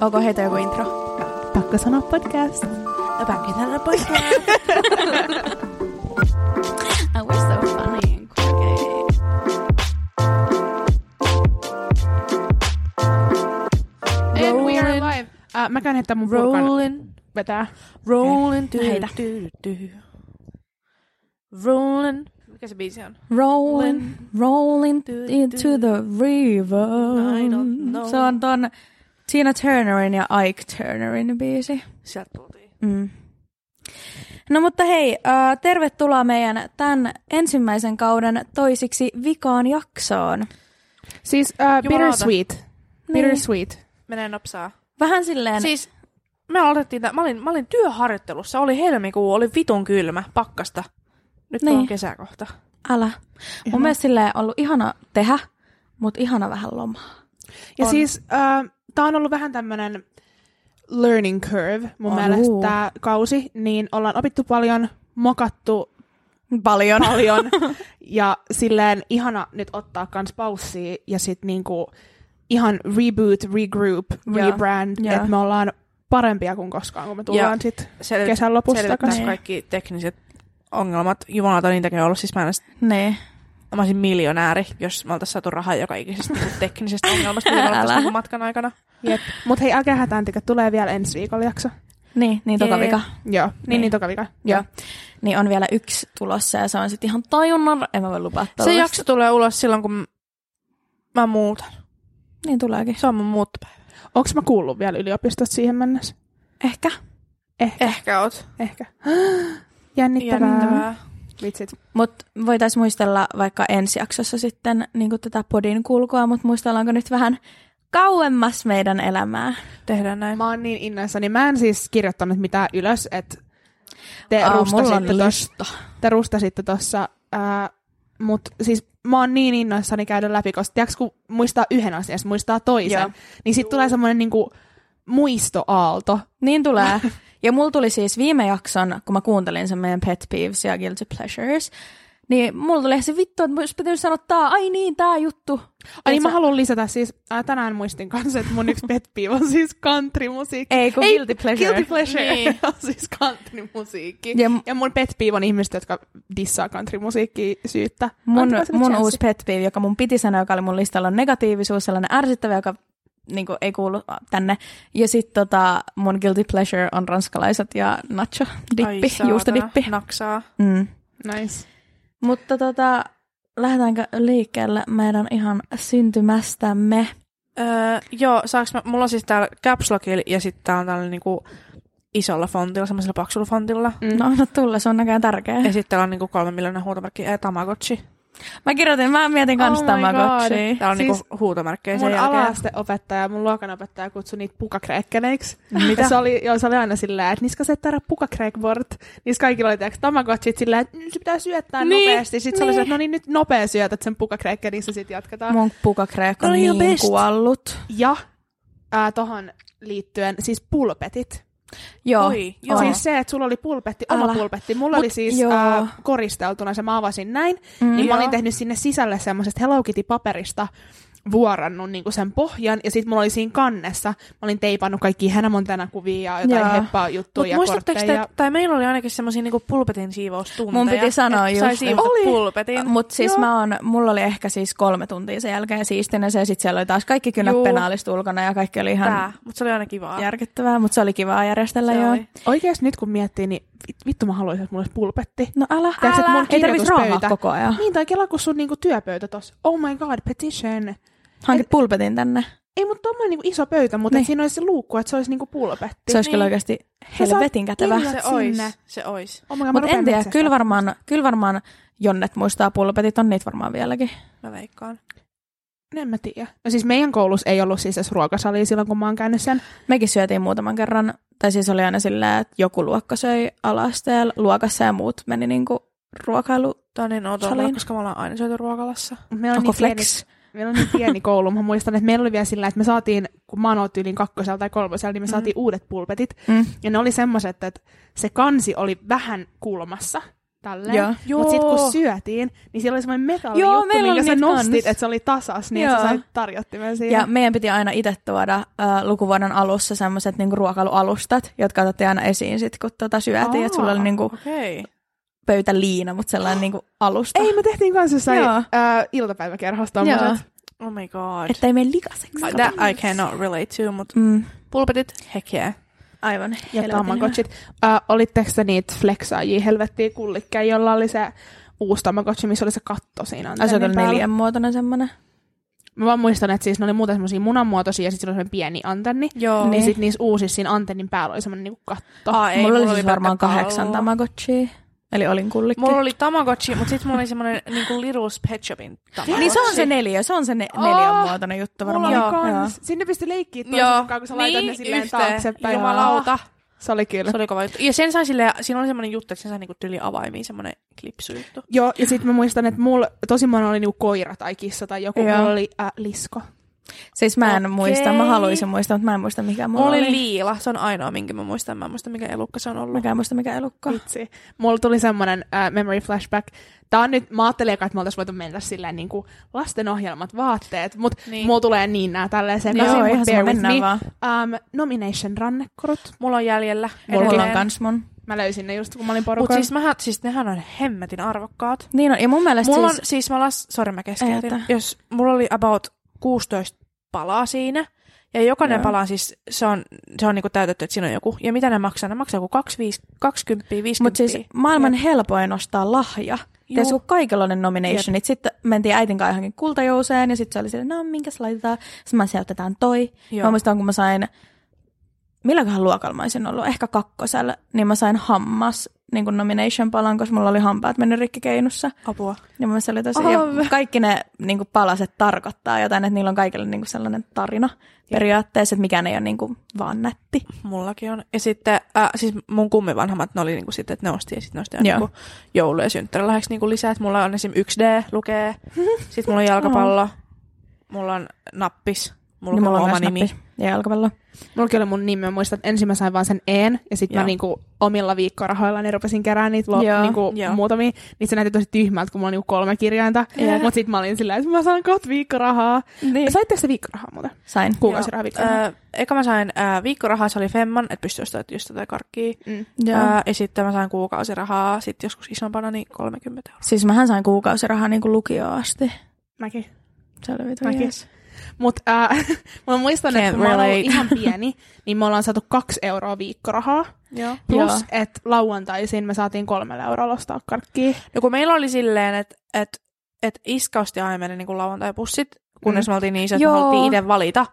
Och vad heter vår intro? Pakkosana podcast. Paketarna pojkar! oh, we're so funny and quirky. And we are live. Uh, mä käyn heittää mun purkan. Rolling, Vetää. rolling, Mä du, heitän. du, du. Rolling, Mikä se biisi on? Rolling rolling Du, du. into the river. I don't know. Se on ton Tina Turnerin ja Ike Turnerin biisi. Sieltä tultiin. Mm. No mutta hei, äh, tervetuloa meidän tämän ensimmäisen kauden toisiksi vikaan jaksoon. Niin. Siis uh, bittersweet. Niin. Bittersweet. Menee nopsaa. Vähän silleen, Siis me aloitettiin, tä- mä olin, mä olin työharjoittelussa, oli helmikuu, oli vitun kylmä, pakkasta. Nyt Niin. on kesäkohta. älä. Mun mielestä silleen ollut ihana tehdä, mutta ihana vähän lomaa. Ja On. siis uh, tää on ollut vähän tämmönen learning curve mun On. mielestä tää kausi, niin ollaan opittu paljon, mokattu Paljon. paljon ja silleen ihana nyt ottaa kans paussia ja sit niinku ihan reboot, regroup, Joo. rebrand, Joo. että me ollaan parempia kuin koskaan, kun me tullaan sit Selvit- kesän lopussa Selvittää takaisin. Niin. kaikki tekniset ongelmat. Jumalauta, niitäkin on ollut. Siis mä, en, edes- Niin. mä olisin miljonääri, jos me oltaisiin saatu rahaa joka ikisestä niinku teknisestä ongelmasta, mitä me oltaisiin Älä. saatu matkan aikana. Jep. Mut hei, älkää hätääntykö, tulee vielä ensi viikolla jakso. Niin, niin tota Jee. vika. Joo, niin, Niin. niin toka vika. Joo. Niin on vielä yksi tulossa ja se on sitten ihan tajunnan. En mä voi lupaa Se tällaista. jakso tulee ulos silloin, kun mä muutan. Niin tuleekin. Se on mun muuttopäivä. Onks mä kuullut vielä yliopistosta siihen mennessä? Ehkä. Ehkä, eh. Ehkä oot. ehkä. Jännittävää. Jännittävää. Vitsit. Mutta voitaisiin muistella vaikka ensi jaksossa sitten niin tätä podin kulkua, mutta muistellaanko nyt vähän kauemmas meidän elämää. Tehdään näin. Mä oon niin innoissani. Mä en siis kirjoittanut mitään ylös, että te, Aa, mulla on rustasitte tos, lista. te rustasitte tossa. Ää, mut siis mä oon niin innoissani käydä läpi, koska tiiäks, kun muistaa yhden asian, ja sit muistaa toisen, Joo. niin sit tulee semmonen niinku muistoaalto. Niin tulee. Ja mulla tuli siis viime jakson, kun mä kuuntelin sen meidän Pet Peeves ja Guilty Pleasures, niin mulla tuli ihan se vittu, että mun olisi pitänyt sanoa tää, ai niin, tää juttu. Ai niin Tiedätkö? mä haluan lisätä siis, ää, tänään muistin kanssa, että mun yksi pet peeve on siis countrymusiikki. Ei, kun Ei, Guilty Pleasure. Guilty pleasure Niin. niin. on siis countrymusiikki. Ja Ja mun pet peeve on ihmiset, jotka dissaa countrymusiikkia syyttä. mun, Antakaa sille mun chanssi. uusi pet peeve, joka mun piti sanoa, joka oli mun listalla, on negatiivisuus, sellainen ärsyttävä, joka niin ei kuulu tänne. Ja sitten tota, mun guilty pleasure on ranskalaiset ja nacho dippi, saatana. juustodippi. Naksaa. Mm. Nice. Mutta tota, lähdetäänkö liikkeelle meidän ihan syntymästämme? Öö, joo, saaks mä, mulla on siis täällä caps lockilla ja sitten täällä on tällä niinku isolla fontilla, semmoisella paksulla fontilla. Mm. No anna tulla, se on näköjään tärkeä. Ja sitten täällä on niinku kolme miljoonaa huutomerkkiä ja Tamagotchi. Mä kirjoitin, mä mietin kans Oh my oh god. Tamagotchia. Täällä on Siis niinku huutomerkkejä sen Mun jälkeen. ala-asteopettaja, mun luokanopettaja kutsui niitä pukakreekkeneiksi. Mitä? Se oli, joo, se oli aina silleen, että niska se täällä pukakreekbord. Niissä kaikilla oli tiiäks tamagotchit silleen, että nyt se pitää syöttää Niin, nopeasti. Sitten se oli niin. silleen, että no niin nyt nopea syötät sen pukakreekken, niin se sitten jatketaan. Mun pukakreek on Oli jo niin best. kuollut. Ja ää, tohon liittyen siis pulpetit. Joo, Oi, joo. on. Siis se, että sulla oli pulpetti, oma Älä. pulpetti. Mulla Mut oli siis joo. ää, koristeltuna se, mä avasin näin. Mm, niin mä olin joo. tehnyt sinne sisälle semmoisesta Hello Kitty-paperista vuorannut niinku sen pohjan. Ja sitten mulla oli siinä kannessa, mä olin teipannut kaikki Hannah Montana kuvia ja jotain Joo. heppaa juttuja Mut ja muistatteko kortteja. te, tai meillä oli ainakin semmosia niinku pulpetin siivoustunteja. Mun piti sanoa että sai just, siivota että- Niin, pulpetin. Mut siis Joo. mä oon, mulla oli ehkä siis kolme tuntia sen jälkeen siistin ja se sit siellä oli taas kaikki kynät Juu. penaalista ulkona ja kaikki oli ihan Tää, mut se oli aina kivaa. järkyttävää, mutta se oli kivaa järjestellä Se joo. oli. Oikeesti nyt kun miettii, niin vit- vittu mä haluaisin, että mulla olisi pulpetti. No älä, Tiedätkö, että älä, mun ei tarvitse raamaa kirjoituspöytä- koko ajan. Niin, tai kela, kun sun niinku työpöytä tossa. Oh my god, petition. Hankit pulpetin tänne. Ei, mutta tommonen niinku iso pöytä, mutta Niin. niin. siinä olisi se luukku, että se olisi niinku pulpetti. Se olisi kyllä Niin. oikeasti Sä saat helvetin kätevä. kirjat Se ois, sinne. se ois. Oh my god, mä Mutta rupean en tiedä, metsästää. kyllä varmaan, kyllä varmaan Jonnet muistaa pulpetit, on niitä varmaan vieläkin. Mä veikkaan. No En mä tiedä. No siis meidän koulussa ei ollut siis edes ruokasalia silloin, kun mä oon käynyt sen. Mekin syötiin muutaman kerran, tai siis oli aina silleen, että joku luokka söi alasteella luokassa ja muut meni niinku No ruokailu. Tää on niin outoa, Saliin. koska me ollaan aina syöty ruokalassa. Mut Meillä on, Onko niin pieni, flex? meillä on niin pieni koulu. Mä muistan, että meillä oli vielä sillä, että me saatiin, kun mä oon ollut yli kakkosella tai kolmosella, niin me saatiin Mm-hmm. uudet pulpetit. Mm. Ja ne oli semmoiset, että se kansi oli vähän kulmassa. tälleen. Joo. Mutta sitten kun Joo. syötiin, niin siellä oli semmoinen metalli Joo, Joo, juttu, meillä minkä oli sä niitä nostit, kans. että se oli tasas, niin Joo. Joo. sä sait tarjottimen siihen. Ja meidän piti aina itse tuoda äh, lukuvuoden alussa semmoiset niinku, ruokailualustat, jotka otettiin aina esiin sit, kun tota syötiin. Että sulla oli Aa. niinku, Okei. Okay. pöytäliina, mutta sellainen niinku, alusta. Ei, me tehtiin kanssa jossain Joo. äh, iltapäiväkerhossa Joo. tommoset. Oh my god. Että ei mene likaseksi. That I cannot relate to, mutta Mm, pulpetit, heck yeah. aivan. Ja helvetin tamagotchit. Äh, olitteko te niitä flexaajia helvettiä kullikkeja, jolla oli se uusi tamagotchi, missä oli se katto siinä hyvä. Ai, Se on antennin kyllä päällä? neljän muotoinen semmoinen. Mä vaan muistan, että siis ne oli muuten semmosia munanmuotoisia ja sitten sillä oli semmoinen pieni antenni. Joo. Niin Niin. sitten niissä uusissa siinä antennin päällä oli semmoinen niinku katto. Aa, ei, mulla oli siis pelkkä varmaan kahdeksan pallo. tamagotchia. Eli olin kullikki. Mulla oli Tamagotchi, mutta sitten mulla oli semmoinen niinku Little's Pet Shopin Tamagotchi. Niin se on se neljä, se on se ne- neljän muotoinen juttu varmaan. mulla oli Joo, joo. Sinne pystyi leikkiä Joo, Niin, toisen mukaan, kun sä laitat ne silleen yhteen. taaksepäin. Jumalauta. Ah. Se oli kyllä. Se oli kova juttu. Ja sen sai silleen, siinä oli semmoinen juttu, että sen sai niinku tyli avaimiin semmoinen klipsujuttu. Joo, ja sitten mä muistan, että mulla tosi monen oli niinku koira tai kissa tai joku, Joo. mulla oli äh, lisko. Siis mä en Okei. muista, mä haluaisin muistaa, mutta mä en muista mikä mulla Mulla oli oli. liila, se on ainoa, minkä mä muistan. Mä en muista, mikä elukka se on ollut. Mä en muista mikä elukka. Vitsi. Mulla tuli semmoinen äh, memory flashback. Tää on nyt, mä ajattelin, eka, että me oltais voitu mennä silleen niin kuin lastenohjelmat, vaatteet, mut niin. Niin. mulla tulee niin nää tälleen sekaisin, Joo, mut ihan bear sama, with mennään me. vaan. Um, nomination rannekorut. Mulla on jäljellä. Mulla on edelleen. kans mun. Mä löysin ne just, kun mä olin Mut porukalla. siis, mähän, siis nehän on hemmetin arvokkaat. Niin on, ja mun mielestä Mulla on, siis... siis mä las, sorry mä keskeytin. Ei haittaa. Jos mulla oli about 16 palaa siinä, ja jokainen Joo. pala siis, se on, se on niinku täytetty, että siinä on joku. Ja mitä ne maksaa? Ne maksaa joku 25, 20, 50. Mutta siis maailman helpoin ostaa lahja. Ja Juu. kun kaikilla oli ne nominationit. Sitten mentiin äitin kanssa johonkin kultajouseen ja sitten se oli silleen, no minkäs laitetaan. Sitten mä sanoin, että otetaan toi. Joo. Joo. Mä muistan, kun mä sain, milläköhän luokalla mä olisin ollut, ehkä kakkosella, niin mä sain hammas niin kuin nomination palan, koska mulla oli hampaat mennyt rikki keinussa. apua. Ja mun se oli tosi, ja Ave. kaikki ne niin kuin palaset tarkoittaa jotain, että niillä on kaikilla niin kuin sellainen tarina periaatteessa, että mikään ei ole niin kuin vaan nätti. Mullakin on. Ja sitten, äh, siis mun kummivanhemmat, ne oli niinku sitten, että ne osti ja sitten ne osti aina Joo. niinku joulu- ja synttärilahjaksi niinku lisää. Että mulla on esim. 1D lukee, sitten mulla on jalkapallo, mulla on nappis, mulla, Niin mulla on myös oma nimi. nappi Ja jalkapallo. Mulla oli mun nimi, mä muistan, että ensin mä sain vaan sen en, ja sitten mä Joo. niinku omilla viikkorahoilla niin rupesin keräämään niitä lo, Joo, niinku joo. muutamia. Niin se näytti tosi tyhmältä, kun mulla on niinku kolme kirjainta. Jep. Mut sitten mä olin sillä, että mä saan kohta viikkorahaa. Niin. Saitteko se viikkorahaa muuten? Sain. Kuukausirahaa viikkorahaa. Äh, eka mä sain äh, viikkorahaa, se oli femman, että pystyi ostamaan just tätä karkkia. Mm. Joo. Äh, ja sitten mä sain kuukausirahaa, sitten joskus isompana, niin 30 euroa. Siis mähän sain kuukausirahaa niin kuin lukioon asti. Mäkin. Se oli vitu Mäkin. jees. Mut äh, mä muistan, että Can't kun mä oon ollut relate. ihan pieni, niin me ollaan saatu kaksi euroa viikkorahaa. Joo. Joo. Plus, että lauantaisin me saatiin kolmella eurolla ostaa karkkia. No kun meillä oli silleen, että et, et iska osti aina meille niinku lauantai-pussit, kunnes Mm. me oltiin niin iso, että me Joo. haluttiin itse valita.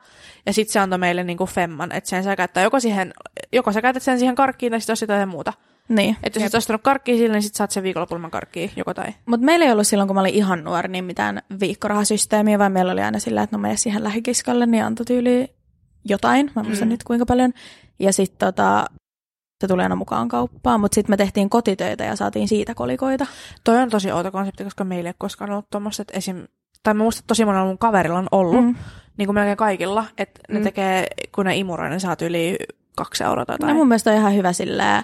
Ja sitten se antoi meille niinku femman, että sen sä käyttää joko siihen, joko sä käytät sen siihen karkkiin tai sitten ostit jotain muuta. Niin. Että jos et ostanut karkkiin sille, niin sit saat sen viikonlopulman karkkiin, joko tai. Mutta meillä ei ollut silloin, kun mä olin ihan nuori, niin mitään viikkorahasysteemiä, vaan meillä oli aina sillä, että no mene siihen lähikiskalle, niin antoi tyyli jotain, mä en muista Mm. mm. nyt kuinka paljon. Ja sitten tota, se tuli aina mukaan kauppaan, mutta sitten me tehtiin kotitöitä ja saatiin siitä kolikoita. Toi on tosi outo konsepti, koska meillä ei ole koskaan ollut tuommoista, että esim... Tai mä muistan, että tosi monella mun kaverilla on ollut, mm. niin kuin melkein kaikilla, että ne Mm. tekee, kun ne imuroi, ne saat yli kaksi euroa tai No mun mielestä on ihan hyvä sillä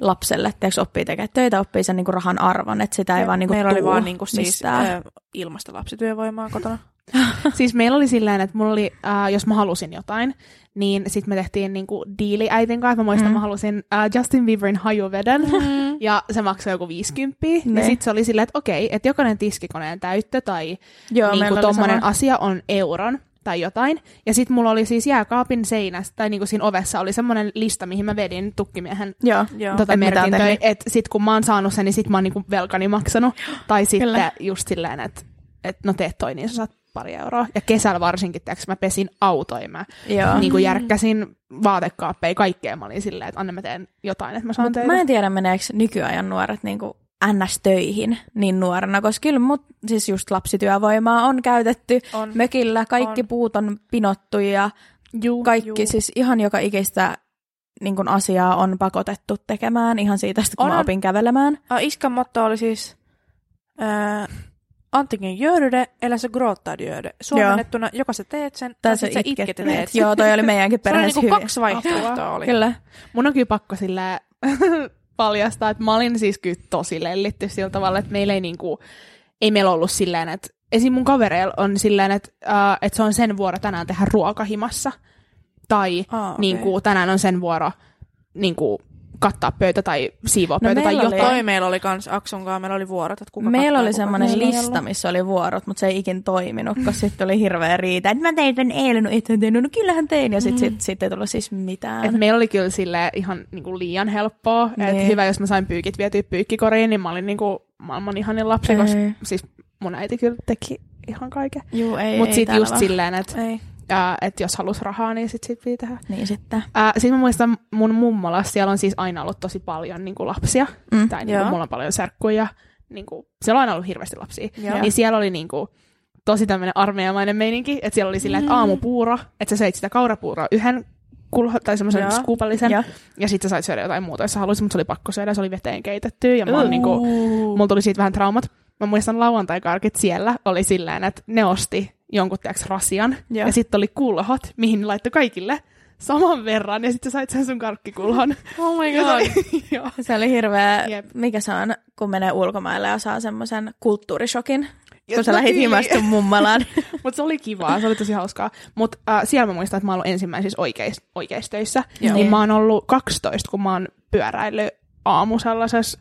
lapselle, että jos oppii tekemään töitä, oppii sen niinku rahan arvon, että sitä ei vaan niinku Meillä oli tuu vaan niinku siis mistään. ö, ilmasta lapsityövoimaa kotona. Siis meillä oli silleen, että mulla oli, äh, jos mä halusin jotain, niin sit me tehtiin niinku diili äitin kanssa. Mä muistan, mm. mä halusin äh, Justin Bieberin hajuveden. Mm. Ja se maksoi joku 50. Ne. Ja sit se oli silleen, että okei, että jokainen tiskikoneen täyttö tai Joo, meillä niinku oli tommonen sama. asia on euron tai jotain. Ja sit mulla oli siis jääkaapin seinässä, tai niinku siinä ovessa oli semmonen lista, mihin mä vedin tukkimiehen Joo. Joo. tota Et mitä on merkintöjä, tehnyt. että sit kun mä oon saanut sen, niin sit mä oon niinku velkani maksanut. Tai sitten Kyllä. just silleen, että et no teet toi, niin sä saat pari euroa. Ja kesällä varsinkin, tiiäks, mä pesin autoja, mä Joo. Mm. niinku järkkäsin vaatekaappeja, kaikkea. Mä olin silleen, että anna mä teen jotain, että mä saan Mut töitä. Mä en tiedä, meneekö nykyajan nuoret niin NS-töihin niin nuorena, koska kyllä mut, siis just lapsityövoimaa on käytetty On. mökillä, kaikki On. puut on pinottu ja Juu, kaikki, Juu. siis ihan joka ikistä niin kun asiaa on pakotettu tekemään ihan siitä, asti, kun on. mä Onhan- opin kävelemään. Ä, Iskan motto oli siis ää, antingen gör du det eller så gråter du gör det. Suomennettuna joko sä teet sen tai, sit sä itket itket teet. Joo, toi oli meidänkin Se oli perheessä niinku hyvin. kaksi vaihtoehtoa oli. Kyllä. Mun on kyllä pakko silleen paljastaa, että mä olin siis kyllä tosi lellitty sillä tavalla, että meillä ei niinku, ei meillä ollut silleen, että esim. mun kavereilla on silleen, että, uh, että se on sen vuoro tänään tehdä ruokahimassa. Tai Ah, Niin okei. niinku, tänään on sen vuoro niinku, kattaa pöytä tai siivoa No pöitä tai meillä oli- jotain. Toi meillä oli kans Aksunkaan, meillä oli vuorot, että kuka Meillä kattaa, oli kuka semmoinen ei. lista, missä oli vuorot, mutta se ei ikin toiminut, koska sitten oli hirveä riita. Että mä tein tämän eilen, no et tein, no kyllähän tein. Ja sitten sit, sit ei tullut siis Et mitään. meillä oli kyllä sille ihan niinku liian helppoa. Niin. Et hyvä, jos mä sain pyykit vietyä pyykkikoriin, niin mä olin niinku maailman ihanin lapsi, koska Ei. siis mun äiti kyllä teki ihan kaiken. Juu, ei, Mutta ei sitten täällä just vaan. silleen, että Ei. et jos halus rahaa, niin sit, sit piti tehdä. Niin sitten. Sitten mä muistan mun mummolassa, siellä on siis aina ollut tosi paljon niinku lapsia. Mm. Tai niinku, Joo. mulla on paljon serkkuja. Niinku, siellä on aina ollut hirveästi lapsia. Joo. Niin siellä oli niinku, tosi tämmöinen armeijamainen meininki. Että siellä oli silleen, Mm. että aamupuuro, että sä söit sitä kaurapuuroa yhden kulho, tai semmoisen Joo. skuupallisen. Joo. Ja sitten sä sait syödä jotain muuta, jos sä halusit, mutta se oli pakko syödä, se oli veteen keitetty. Ja mä oon Uu. niinku, mulla tuli siitä vähän traumat. Mä muistan lauantai-karkit siellä oli silleen, että ne osti jonkun tiiäks, rasian. Joo. Ja sitten oli kulhot, mihin ne laittoi kaikille saman verran. Ja sitten sä sait sen sun karkkikulhon. Oh my Ja se god. oli- Joo. Se oli hirveä, Jep. mikä se on, kun menee ulkomaille ja saa semmoisen kulttuurishokin, Ja kun sä no lähit tyyli. himasta sun mummalaan. Mutta se oli kivaa, se oli tosi hauskaa. Mutta äh, siellä mä muistan, että mä oon ollut ensimmäisissä oikeis, oikeistöissä. Joo. Niin mä oon ollut 12, kun mä oon pyöräillyt aamu sellaisessa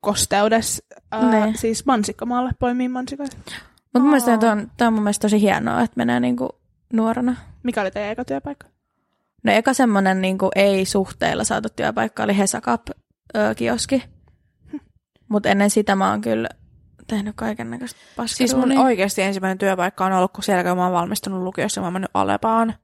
kosteudessa, äh, Ne. siis mansikkamaalle poimiin mansikoita. Mutta mun mielestä toi on, toi on mun mielestä tosi hienoa, että menee niinku nuorena. Mikä oli teidän eka työpaikka? No eka semmoinen niinku ei-suhteilla saatu työpaikka oli Hesakap-kioski. Mutta ennen sitä mä oon kyllä tehnyt kaiken näköistä Siis mun Niin. oikeasti ensimmäinen työpaikka on ollut, kun siellä kun mä oon valmistunut lukiossa, mä oon mennyt Alepaan.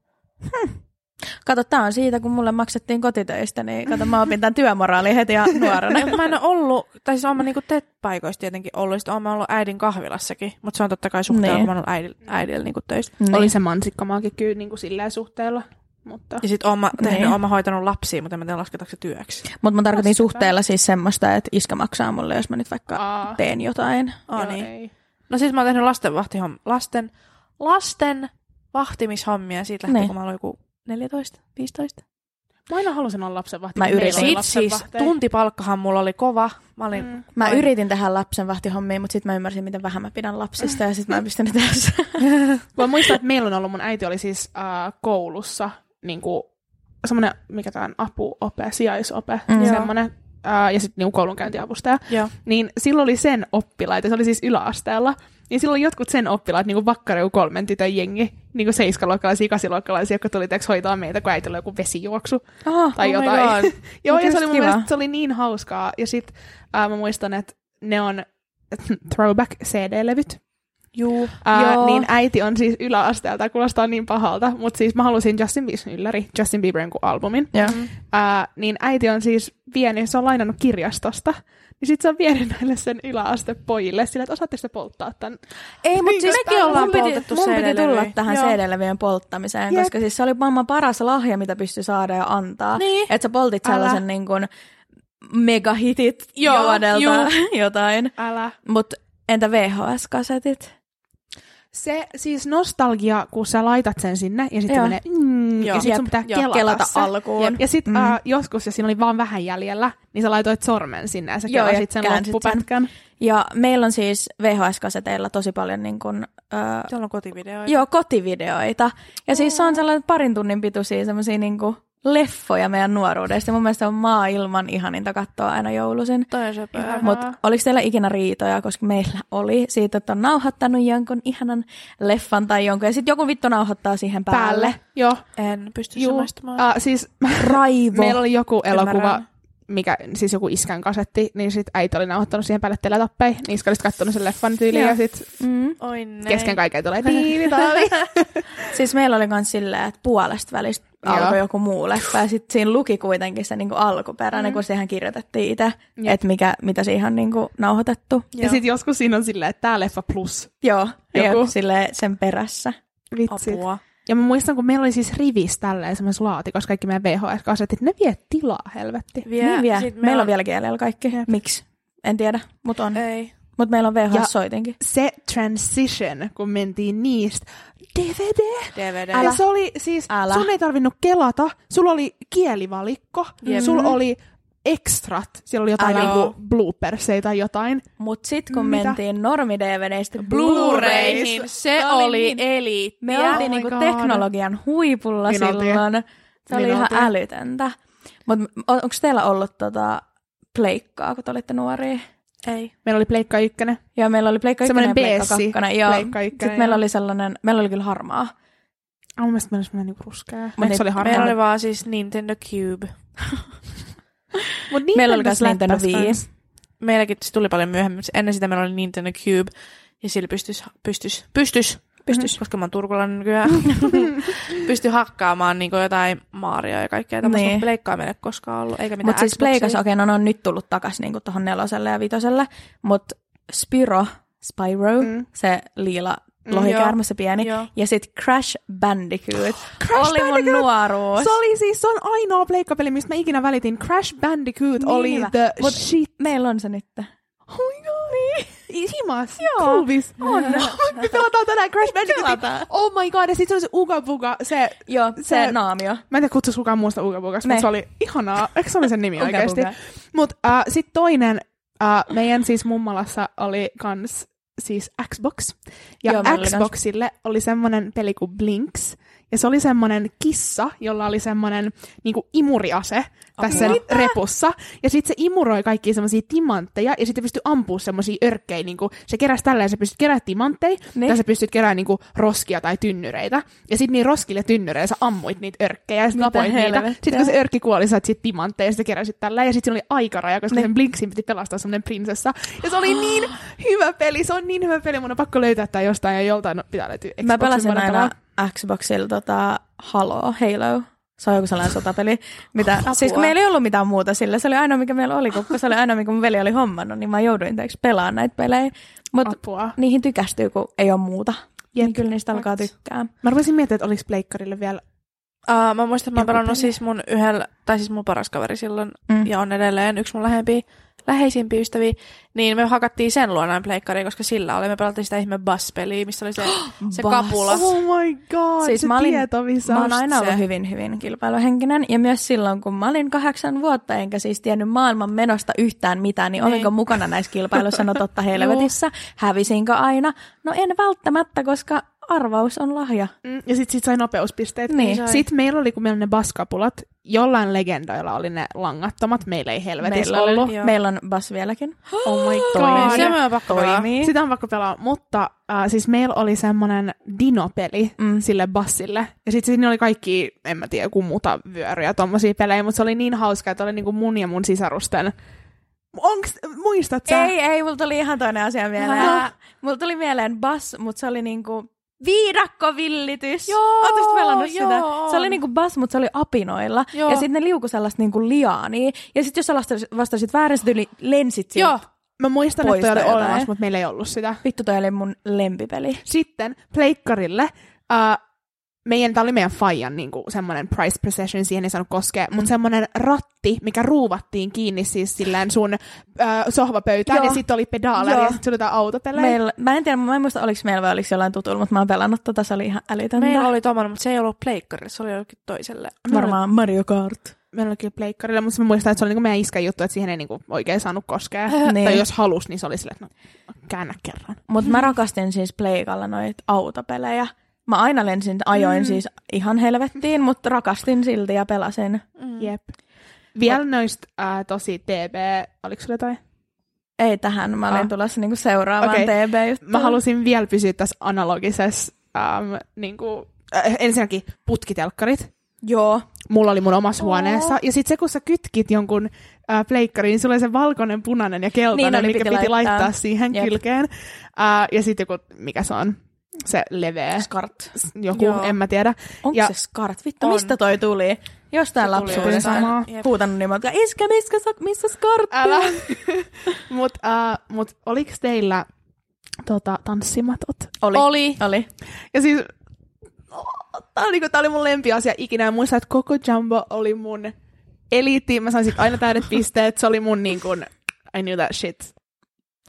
Kato, tää on siitä, kun mulle maksettiin kotitöistä, niin kato, mä opin tämän työmoraali heti ja nuorena. No, mä en ole ollut, tai siis oon mä niinku TET-paikoissa tietenkin ollut, sit oon mä ollut äidin kahvilassakin, mutta se on totta kai suhteella, kun Niin. mä oon ollut äidillä, äidillä niinku töissä. Niin. Oli se mansikkamaakin kyllä niin kuin silleen suhteella. Mutta... Ja sit oon mä, tehnyt, Niin. oon mä hoitanut lapsia, mutta en mä tiedä lasketaanko se työksi. Mutta mä tarkoitin Lasketaan. suhteella siis semmoista, että iskä maksaa mulle, jos mä nyt vaikka Aa, teen jotain. Ah, joo, niin. ei. No siis mä oon tehnyt lasten, vahtihomm- lasten, lasten vahtimishommia siitä lähtien, Niin. kun mä olin joku 14, 15. Mä aina halusin olla lapsenvahti. Mä kun meillä yritin. oli Sit siis lapsenvahteja. tuntipalkkahan mulla oli kova. Mä olin, Mm. Mä Ai. yritin tehdä lapsenvahtihommiin, mutta sitten mä ymmärsin, miten vähän mä pidän lapsista ja sitten mä en pistänyt tässä. Mä muistan, että meillä on ollut, mun äiti oli siis äh, koulussa niin kuin, semmoinen, mikä tää on, apuope, sijaisope, Mm. mm. semmoinen. Äh, ja sitten niinku koulunkäyntiavustaja. Joo. Niin silloin oli sen oppilaita, se oli siis yläasteella. Niin silloin jotkut sen oppilaat, niin kuin Vakkareu kolmen tytön jengi, niin kuin seiskaluokkalaisia, kasiluokkalaisia, jotka tuli teoks hoitaa meitä, kun äiti oli joku vesijuoksu. Oh, tai Oh my jotain. God. Joo, Mut ja se just oli mun kiva. mielestä, se oli niin hauskaa. Ja sit ää, mä muistan, että ne on throwback CD-levyt. Juu. Ää, Joo. niin äiti on siis yläasteelta, kuulostaa niin pahalta, mutta siis mä halusin Justin Bieber, ylläri, Justin Bieberin kuin albumin. Joo. Ää, niin äiti on siis vienyt, se on lainannut kirjastosta. Niin sit se on vienyt näille sen yläaste pojille sillä, että osaatte sitä polttaa tämän. Ei, mutta Niin, siis koska mekin mun ollaan piti- poltettu mun Mun piti piti tulla tulla tähän Joo. CD-levyjen polttamiseen, Jep. koska siis se oli maailman paras lahja, mitä pystyi saada ja antaa. Niin. Että sä poltit Älä. sellaisen niin kuin megahitit Joo, vuodelta juu. jotain. Älä. Mutta entä VHS-kasetit? Se siis nostalgia, kun sä laitat sen sinne ja sitten Joo. menee mm, Joo. ja sit Jep. sun pitää Joo. kelata, Kelata se. alkuun. Ja sit Mm. mm. äh, joskus, jos siinä oli vaan vähän jäljellä, niin sä laitoit sormen sinne ja sä Joo, ja kelasit sen käänsit sen. loppupätkän. Ja meillä on siis VHS-kaseteilla tosi paljon niin kuin, äh, Täällä on kotivideoita. Joo, kotivideoita. Ja siis se on sellainen parin tunnin pituisia semmoisia niinku leffoja meidän nuoruudesta. Mun mielestä se on maailman ihaninta katsoa aina joulusin. Toi on söpöä. Ihan. Mutta oliko teillä ikinä riitoja, koska meillä oli siitä, että on nauhoittanut jonkun ihanan leffan tai jonkun, ja sitten joku vittu nauhoittaa siihen päälle. päälle. Joo. En pysty Juu. samaistumaan. Äh, siis Raivo. meillä oli joku elokuva, Ymmärrän. mikä, siis joku iskän kasetti, niin sit äiti oli nauhoittanut siihen päälle teletappei, niin iskä olisi kattonut sen leffan tyyliin Joo. ja sit Mm. Oi nei. kesken kaiken tulee tiivitaali. Siis meillä oli myös silleen, että puolesta välistä Joo. alkoi joku muu leffa, ja sitten siinä luki kuitenkin se niinku alkuperäinen, mm. kun siihen kirjoitettiin itse, Jep. että mikä, mitä siihen on niinku nauhoitettu. ja sit joskus siinä on silleen, että tää leffa plus. Joo, Joku. joku. sille sen perässä. Vitsi. Apua. Ja mä muistan, kun meillä oli siis rivis tälleen semmoisessa laatikossa kaikki meidän VHS-kasetit, ne vie tilaa, helvetti. Vie. niin vie. Sit Meillä, meillä on vielä kielellä kaikki. Miksi? En tiedä, mutta on. Ei. Mutta meillä on Ja- VHS-soitinkin. Se transition, kun mentiin niistä DVD. DVD. Älä. Se oli siis, Älä. Älä. sun ei tarvinnut kelata, sulla oli kielivalikko, Jep. Jep. sulla oli ekstrat. Siellä oli jotain Ai joo. niinku blooperseja tai jotain. Mut sit kun Mitä? mentiin normi-DVDistä Blu-rayhin. Se Tää oli oli niin- eli. Me Yeah. oltiin Oh my niinku God. teknologian huipulla Niin oltiin. silloin. Se oli Niin ihan oltiin. älytöntä. Mutta onko teillä ollut tota pleikkaa, kun te olitte nuoria? Ei. Meillä oli pleikka ykkönen. Joo, meillä oli pleikka Semmoinen ykkönen ja pleikka beessi kakkonen. Joo. Pleikka ykkönen, Sitten meillä joo. oli sellainen, meillä oli kyllä harmaa. Ah, mun mielestä meillä oli semmoinen niinku ruskea. Mut Mutta se ne- oli harmaa. Meillä oli vaan siis Nintendo Cube. Mut niin meillä oli tämmöis kans Nintendo läppäs Wii. kans. Meilläkin se tuli paljon myöhemmin. mutta Ennen sitä meillä oli Nintendo Cube. Ja sillä pystys, pystys, pystys, pystys, koska mä oon turkulainen nykyään, pysty hakkaamaan niin jotain Mario ja kaikkea tämmöistä. Niin. Niin. Pleikkaa meille koskaan ollut, eikä mitään Mutta siis Xboxia. pleikas, okei, no ne on nyt tullut takas niinku tohon neloselle ja vitoselle. Mutta Spiro, Spyro, Mm. se liila Mm, lohikäärme, se pieni. Joo. Ja sitten Crash Bandicoot. Crash oli mun Bandicoot! nuoruus. Se oli siis, se on ainoa pleikkapeli, mistä mä ikinä välitin. Crash Bandicoot Niin oli hyvä. the Mut- shit. Meillä on se nyt. Oh my god. Niin. Himas. Joo. Kulvis. On. Me pelataan tänään Crash Bandicoot. pelataan. Oh my god. Ja sit se oli se Uga Buga. Se, Joo, se, Se- Niin, naamio. mä en tiedä kutsuisi kukaan muusta Uga Bugaksi, Me. mutta se oli ihanaa. Eikö se oli sen nimi Uga oikeasti? Buga. Mut äh, sit toinen, äh, meidän siis mummalassa oli kans siis Xbox. Ja Joo, Joo, meillä oli kans. Xboxille oli semmonen peli kuin Blinks. Ja se oli semmonen kissa, jolla oli semmonen niinku imuriase tässä Apua. repussa. Ja sitten se imuroi kaikki semmoisia timantteja, ja sitten pystyy ampuu semmoisia örkkejä. Niinku, se keräsi tällä, ja sä pystyt kerää timantteja, Niin. niin. tai sä pystyt kerää niinku, roskia tai tynnyreitä. Ja sitten niin roskille ja tynnyreillä sä ammuit niitä örkkejä, ja sitten Mitä tapoit niitä. helvettiä? Sitten kun se örkki kuoli, sä sait sit timantteja, ja sitten keräsit tällä. Ja sitten oli aikaraja, koska Niin. sen Blinksin piti pelastaa semmoinen prinsessa. Ja se oli niin hyvä peli, se on niin hyvä peli, mun on pakko löytää tää jostain, ja joltain pitää löytyä Xboxin Mä pelasin puolelta aina vaan. Xboxilla tota, Halo, Halo. Se on joku sellainen sotapeli. Mitä, Apua. siis kun meillä ei ollut mitään muuta sillä. Se oli ainoa, mikä meillä oli, kun kun se oli ainoa, mikä mun veli oli hommannut, niin mä jouduin teeksi pelaamaan näitä pelejä. Mutta Apua. niihin tykästyy, kun ei ole muuta. Jep. Niin kyllä niistä alkaa Facts. tykkää. Mä rupesin miettimään, että oliko pleikkarille vielä Uh, mä muistan, että mä oon Joku pelannut peli. siis mun yhdellä, tai siis mun paras kaveri silloin, Mm. mm. ja on edelleen yksi mun lähempiä, läheisimpiä ystäviä, niin me hakattiin sen luonaan pleikkariin, koska sillä oli, me pelattiin sitä ihme bass-peliä, missä oli se, se Bass. kapula. Oh my god, Siis siis se mä olin- tietovisa. Mä oon aina se. ollut hyvin, hyvin kilpailuhenkinen. Ja myös silloin, kun mä olin kahdeksan vuotta, enkä siis tiennyt maailman menosta yhtään mitään, niin Niin. olinko mukana näissä kilpailuissa? No totta helvetissä. Hävisinkö aina? No en välttämättä, koska arvaus on lahja. Mm, Ja sit, sit sai nopeuspisteet. Niin. Sai. Sit meillä oli, kun meillä oli ne baskapulat, jollain legendoilla oli ne langattomat, meillä ei helvetissä meillä, ollut. oli- joo. meillä on bas vieläkin. Oh my Toinen. Se god. mä oon pakko pelaa. Toimii. Sitä on pakko pelaa, mutta äh, siis meillä oli semmonen dinopeli Mm. mm. sille bassille. Ja sit siinä oli kaikki, en mä tiedä, kumuta vyöryjä tommosia pelejä, mutta se oli niin hauska, että oli niinku mun ja mun sisarusten. Onks, muistat sä? Ei, ei, mulla tuli ihan toinen asia mieleen. Aha. Mulla tuli mieleen bas, mutta se oli niinku viidakkovillitys. Joo, Ootteko pelannut joo, sitä? Se on. oli niinku bas, mutta se oli apinoilla. Joo. Joo. Ja sitten ne liuku sellaista niinku liaania. Ja sitten jos sä vastasit, vastasit väärin, sä tyyli lensit siitä. Joo, Mä muistan, Poista että toi oli jotain. olemassa, mutta meillä ei ollut sitä. Vittu, toi oli mun lempipeli. Sitten pleikkarille. Äh, meidän, tämä oli meidän Fajan niin semmoinen price possession, siihen ei saanut koskea, Mm. mutta semmoinen ratti, mikä ruuvattiin kiinni siis sillään sun äh, sohvapöytään, Joo. ja sitten oli pedaaleri, Joo. ja sitten oli jotain autopelejä. Meillä, mä en tiedä, mä en muista, oliko meillä vai oliko jollain tutulla, mutta mä oon pelannut tota, se oli ihan älytöntä. meillä oli tommonen, mutta se ei ollut pleikkarille, se oli jollekin toiselle. varmaan Mario Kart. Meillä olikin pleikkarilla, mutta mä muistan, että se oli niinku meidän iskän juttu, että siihen ei niinku oikein saanut koskea. Niin. Tai jos halus, niin se oli silleen, että no, käännä kerran. Mutta mä rakastin siis pleikalla noita autopelejä. Mä aina lensin, ajoin mm. siis ihan helvettiin, mutta rakastin silti ja pelasin. Mm. Jep. Vielä noista äh, tosi TB, oliko sulla jotain? Ei tähän, mä olen Ah. tulossa niinku seuraavaan okay. Okei. TB-juttuun. Mä halusin vielä pysyä tässä analogisessa, äm, niin kuin, äh, ensinnäkin putkitelkkarit. Joo. Mulla oli mun omassa huoneessa. Ja sitten se, kun sä kytkit jonkun äh, pleikkariin, niin sulla oli se valkoinen, punainen ja keltainen, Niin oli, mikä piti piti laittaa, laittaa siihen Jep. Jep. kylkeen. Äh, ja sitten joku, mikä se on, se leveä Skart. joku, Joo. Joo. en mä tiedä. Onko Äh. Ja- se skart? Vittu, On. mistä toi tuli? Jostain Se tuli Tuli jostain. lapsuudesta. samaa. Jep. Huutanut niin monta, iskä, miskä, sa- missä skart? Älä. Mut, äh, mut oliks teillä tota, tanssimatot? Oli. Oli. Oli. Ja siis, tämä oli, tää oli mun lempiasia ikinä. Ja muistan, että koko Jumbo oli mun niinku, eliitti. Mä sain sit aina täydet pisteet. Se oli mun niin kun, I knew that shit.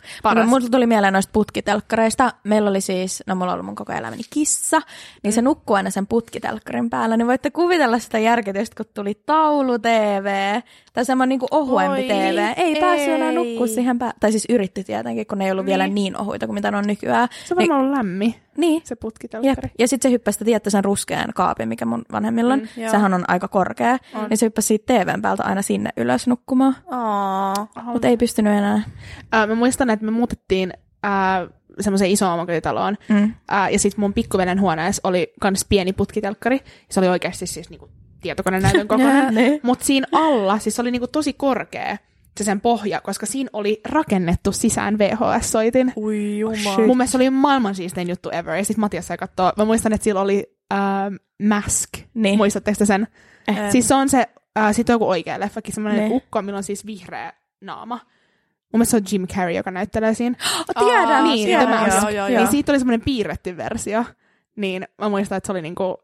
Paras. Paras. No, Mulla tuli mieleen noista putkitelkkareista. Meillä oli siis, no mulla on ollut mun koko elämäni kissa, niin se nukkuu aina sen putkitelkkarin päällä. Niin voitte kuvitella sitä järketystä, kun tuli taulu-TV tai semmoinen niinku ohuempi Oi, TV. Ei, ei ei. päässyt enää nukkua siihen päälle. Tai siis yritti tietenkin, kun ne ei ollut niin. vielä niin ohuita kuin mitä ne on nykyään. Se on varmaan ollut lämmin, Niin, se Jep. putkitelkkari. Ja sitten se hyppäsi, te tiedätte sen ruskean kaapin, mikä mun vanhemmilla on. Mm, Mm, joo. Sehän on aika korkea. On. On. Niin se hyppäsi siitä TVn päältä aina sinne ylös nukkumaan. Aa. Mutta ei pystynyt enää. Ää, Äh, mä muistan, että me muutettiin ää, semmoiseen isoon omakotitaloon. Mm. Ää, ja sitten mun pikkuvenen huoneessa oli myös pieni putkitelkkari. Se oli oikeasti siis niinku tietokoneen näytön kokoinen. Niin. Mutta siinä alla, siis se oli niinku tosi korkea se sen pohja, koska siinä oli rakennettu sisään VHS-soitin. Ui jumala. Mun mielestä se oli maailman siistein juttu ever. Ja sitten Matias sai katsoa. Mä muistan, että sillä oli ää, Mask. Niin. Muistatteko te sen? Eh. Siis se on se, äh, sit on joku oikea leffakin, semmoinen Ne. ukko, millä on siis vihreä naama. Mun mielestä se on Jim Carrey, joka näyttelee siinä. Oh, tiedän, Aa, niin, tiedän, The Mask. joo, joo, Joo. joo. Niin siitä oli semmoinen piirretty versio. Niin mä muistan, että se oli niinku,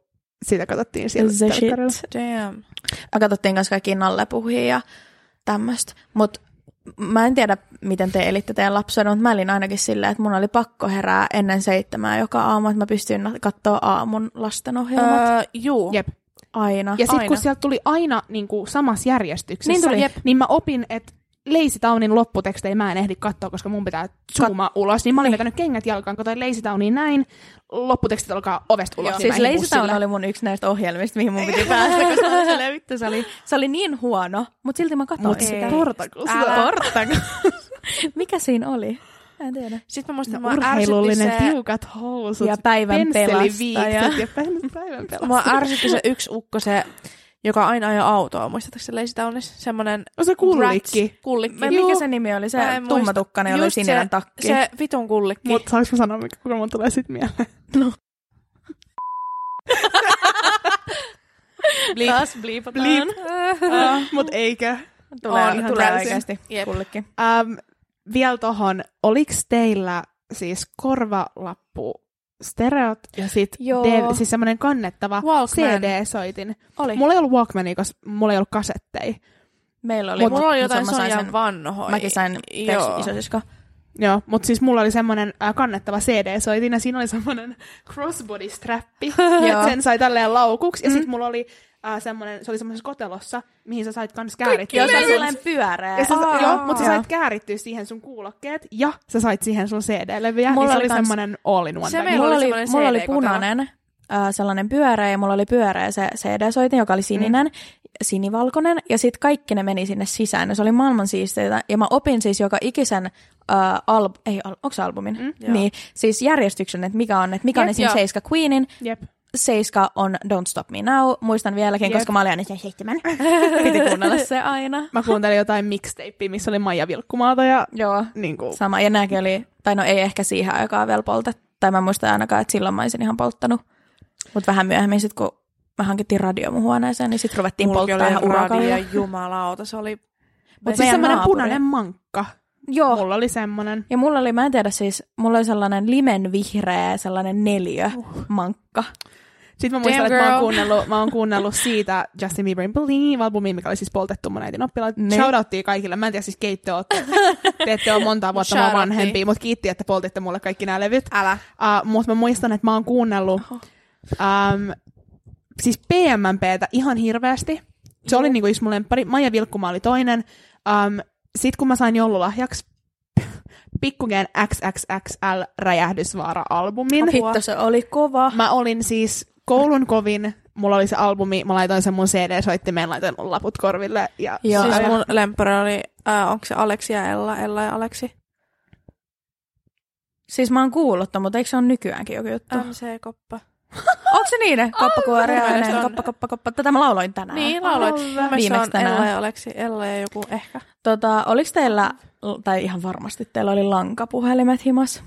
sitä katsottiin siellä The telkkarilla. shit. Damn. Ja katsottiin myös kaikki nallepuhia ja tämmöistä. Mutta mä en tiedä, miten te elitte teidän lapsuuden, mutta mä elin ainakin silleen, että mun oli pakko herää ennen seitsemää joka aamu, että mä pystyin na- katsoa aamun lastenohjelmat öö, Öö, juu. Jep. aina. Ja sitten Aina. kun sieltä tuli aina niinku, samassa järjestyksessä, Niin tuli. Jep. niin mä opin, että Lazy Townin lopputekstejä mä en ehdi katsoa, koska mun pitää zoomaa ulos. Niin mä olin vetänyt kengät jalkaan, katsoin Lazy Townia näin, lopputekstit alkaa ovesta ulos. Joo, niin mä siis ehdin Lazy Town bussille. oli mun yksi näistä ohjelmista, mihin mun piti päästä, koska mä olin silleen, vittu, se oli, se oli niin huono, mutta silti mä katsoin Mut sitä. Portakus. Älä. Mikä siinä oli? Mä en tiedä. Sitten mä muistan, mua ärsytti Urheilullinen, se, tiukat housut. Ja päivän pelastaja. pensseliviikset ja päivän, päivän mua pelastaja. ärsytti se yksi ukko, se, joka aina ajoi autoa. Muistatteko se Lazy Townissa? Semmoinen On se kullikki. Bratz- Kullikki. Mä, mikä se nimi oli? Se Mä en muista. tummatukkainen oli Just sininen se- takki. Se vitun kullikki. Mut saanko mä sanoa, mikä kuka mun tulee sit mieleen? bleep. Taas bleepataan. Bleep. Uh, mut eikö? Tulee, On ihan tulee täysin. oikeasti Jep. kullekin. Um, vielä tohon, oliks teillä siis korvalappu stereot ja sit Joo. dev, siis semmonen kannettava Walkman. CD-soitin. Oli. Mulla ei ollut Walkmania, koska mulla ei ollut kasettei. Meillä oli. Mut mulla oli mut jotain mä sain Sonjan sen- vanhoja. Mäkin sain Joo. perus isosiska. Joo, mutta siis mulla oli semmoinen äh, kannettava CD-soitin ja siinä oli semmoinen crossbody-strappi. Joo. Mm. Et sen sai tälleen laukuksi. Ja sit mulla oli äh, semmoinen, se oli semmoisessa kotelossa, mihin sä sait kans käärittyä. Joo, se sen on sun- sellainen pyöreä. ja sä, Aa. joo, mutta sä Joo. sait käärittyä siihen sun kuulokkeet ja sä sait siihen sun CD-levyjä. Mulla Mulla niin se oli oli kans- semmoinen all in one Se bag. meillä mulla oli oli, semmoinen mulla oli CD kotona. punainen, äh, sellainen pyöreä ja mulla oli pyöreä se CD-soitin, joka oli sininen, mm. sinivalkoinen ja sitten kaikki ne meni sinne sisään ja se oli maailman siisteitä ja mä opin siis joka ikisen äh, al- ei, al- onko se albumin? Mm, Joo. niin, siis järjestyksen, että mikä on, että mikä on Jep, esimerkiksi joo. Seiska Queenin, Jep. Seiska on Don't Stop Me Now, muistan vieläkin, Jep. koska mä olin aina siellä seitsemän, piti kuunnella se aina. Mä kuuntelin jotain mixtapea, missä oli Maija Vilkkumaata ja Joo, niin kuin, sama. Ja nääkin oli, tai no ei ehkä siihen aikaan vielä poltettu, tai mä muistan ainakaan, että silloin mä olisin ihan polttanut. Mutta vähän myöhemmin sitten, kun me hankittiin radio mun huoneeseen, niin sitten ruvettiin Mullakin polttaa ihan oli urakalla. radia, jumalauta, se oli... Mut Mut meidän siis semmoinen naapuri. Oh. punainen mankka. Joo. Mulla oli semmoinen. Ja mulla oli, mä en tiedä siis, mulla oli sellainen limen vihreä sellainen neljö Uh. mankka. Sitten mä muistan, että mä oon, girl. kuunnellut, mä oon kuunnellut siitä Justin Bieberin Believe-albumiin, mikä oli siis poltettu mun äitin oppilaat. Niin. Niin. Shoutouttiin kaikille. Mä en tiedä siis keitä ootte. Te ette ole montaa vuotta mua Shoutouttiin. vanhempia, mutta kiitti, että poltitte mulle kaikki nämä levyt. Älä. Uh, mutta mä muistan, että mä oon kuunnellut um, siis PMMPtä ihan hirveästi. Se oli niinku yksi mun lemppari. Maija Vilkkuma oli toinen. Um, Sitten kun mä sain joululahjaksi pikkugeen XXXL räjähdysvaara-albumin. Hitto, se oli kova. Mä olin siis koulun kovin, mulla oli se albumi, mä laitoin sen mun CD-soittimeen, laitoin mun laput korville. Ja Joo. Joo, siis Siis mun lemppari oli, äh, onko se Aleksi ja Ella, Ella ja Aleksi? Siis mä oon kuullut ton, mutta eikö se ole nykyäänkin joku juttu? Äh. Um. MC-koppa. Onko se niiden? Koppakuoria, mun mielestä on. koppa, koppa, koppa. Tätä mä lauloin tänään. Niin, lauloit. Mun mielestä se Viimeksi on tänään. Ella ja Aleksi, Ella ja joku ehkä. Tota, oliko teillä, tai ihan varmasti teillä oli lankapuhelimet himas?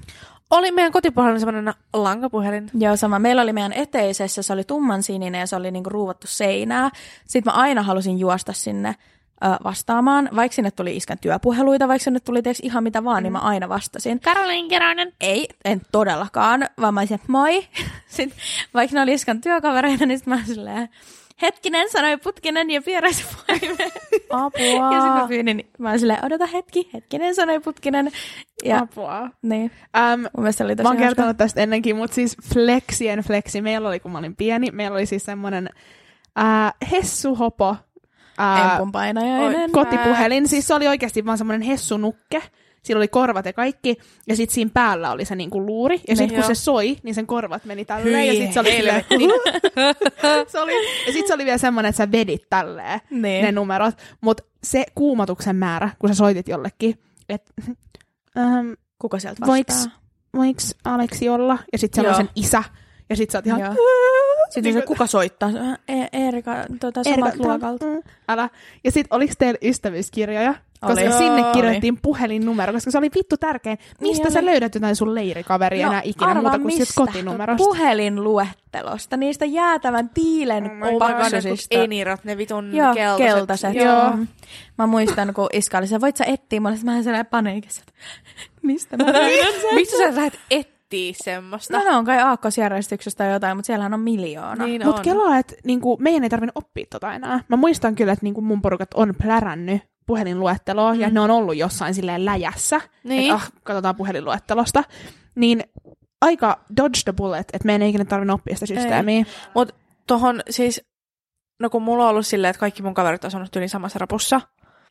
Oli meidän kotipuhelin semmoinen lankapuhelin. Joo, sama. Meillä oli meidän eteisessä, se oli tumman sininen ja se oli niinku ruuvattu seinää. Sitten mä aina halusin juosta sinne ö, vastaamaan, vaikka sinne tuli iskän työpuheluita, vaikka sinne tuli teeksi ihan mitä vaan, mm. niin mä aina vastasin. Karolin Keronen. Ei, en todellakaan, vaan mä olisin, että moi. Sitten, vaikka ne oli iskan työkavereita, niin sit mä olin silleen, hetkinen, sanoi putkinen ja pieräisi puhelimeen. Apua. Ja sitten mä pyynin, niin mä olin silleen, odota hetki, hetkinen, sanoi putkinen. Ja Apua. niin, Um, mun mielestä se oli tosi Mä oon hauska. kertonut tästä ennenkin, mutta siis flexien flexi. Meillä oli, kun mä olin pieni, meillä oli siis semmoinen äh, hessuhopo äh, Empun painajainen. Oi, kotipuhelin. Siis se oli oikeasti vaan semmoinen hessunukke. Sillä oli korvat ja kaikki. Ja sitten siinä päällä oli se niinku luuri. Ja sitten kun joo. se soi, niin sen korvat meni tälleen. ja Hyi sitten se oli, silleen, se oli, ja sit se oli vielä semmoinen, että sä vedit tälleen Niin. ne numerot. Mutta se kuumotuksen määrä, kun sä soitit jollekin, että... Ähm, Kuka sieltä vastaa? Voiks- voiks Aleksi olla? Ja sitten siellä on Joo. sen isä. Ja sitten sä oot ihan... Joo. Niin Sitten se, kuin- kuka soittaa? E- Erika, tuota, Erika, samat tää- luokalta. mm, Älä. Ja sitten oliks teillä ystävyyskirjoja? Koska Oli. sinne Joo, kirjoittiin puhelinnumero, koska se oli vittu tärkein. Mistä Niin sä oli. löydät jotain sun No, leirikaveria enää ikinä muuta kuin siitä kotinumerosta? Puhelinluettelosta, niistä jäätävän tiilen Oh my god. pakkasista. enirat, ne vitun Joo, keltaiset. keltaiset. Joo. Joo. Mä muistan, kun iska oli se, voit sä etsiä mulle? Sitten mä olin sellainen paniikissa, että mistä mä löydän sen? Miksi sä lähdet etsiä semmoista? No ne on kai aakkosjärjestyksestä tai jotain, mutta siellähän on miljoona. Niin Mutta on. kelaa, että niinku, meidän ei tarvinnut oppia tota enää. Mä muistan kyllä, että niinku mun porukat on plärännyt puhelinluetteloa, mm. ja ne on ollut jossain silleen läjässä. Niin. Että ah, katsotaan puhelinluettelosta. Niin aika dodge the bullet, että meidän ei ikinä tarvinnut oppia sitä systeemiä. Mut tohon siis, no kun mulla on ollut silleen, että kaikki mun kaverit on asunut tyyliin samassa rapussa.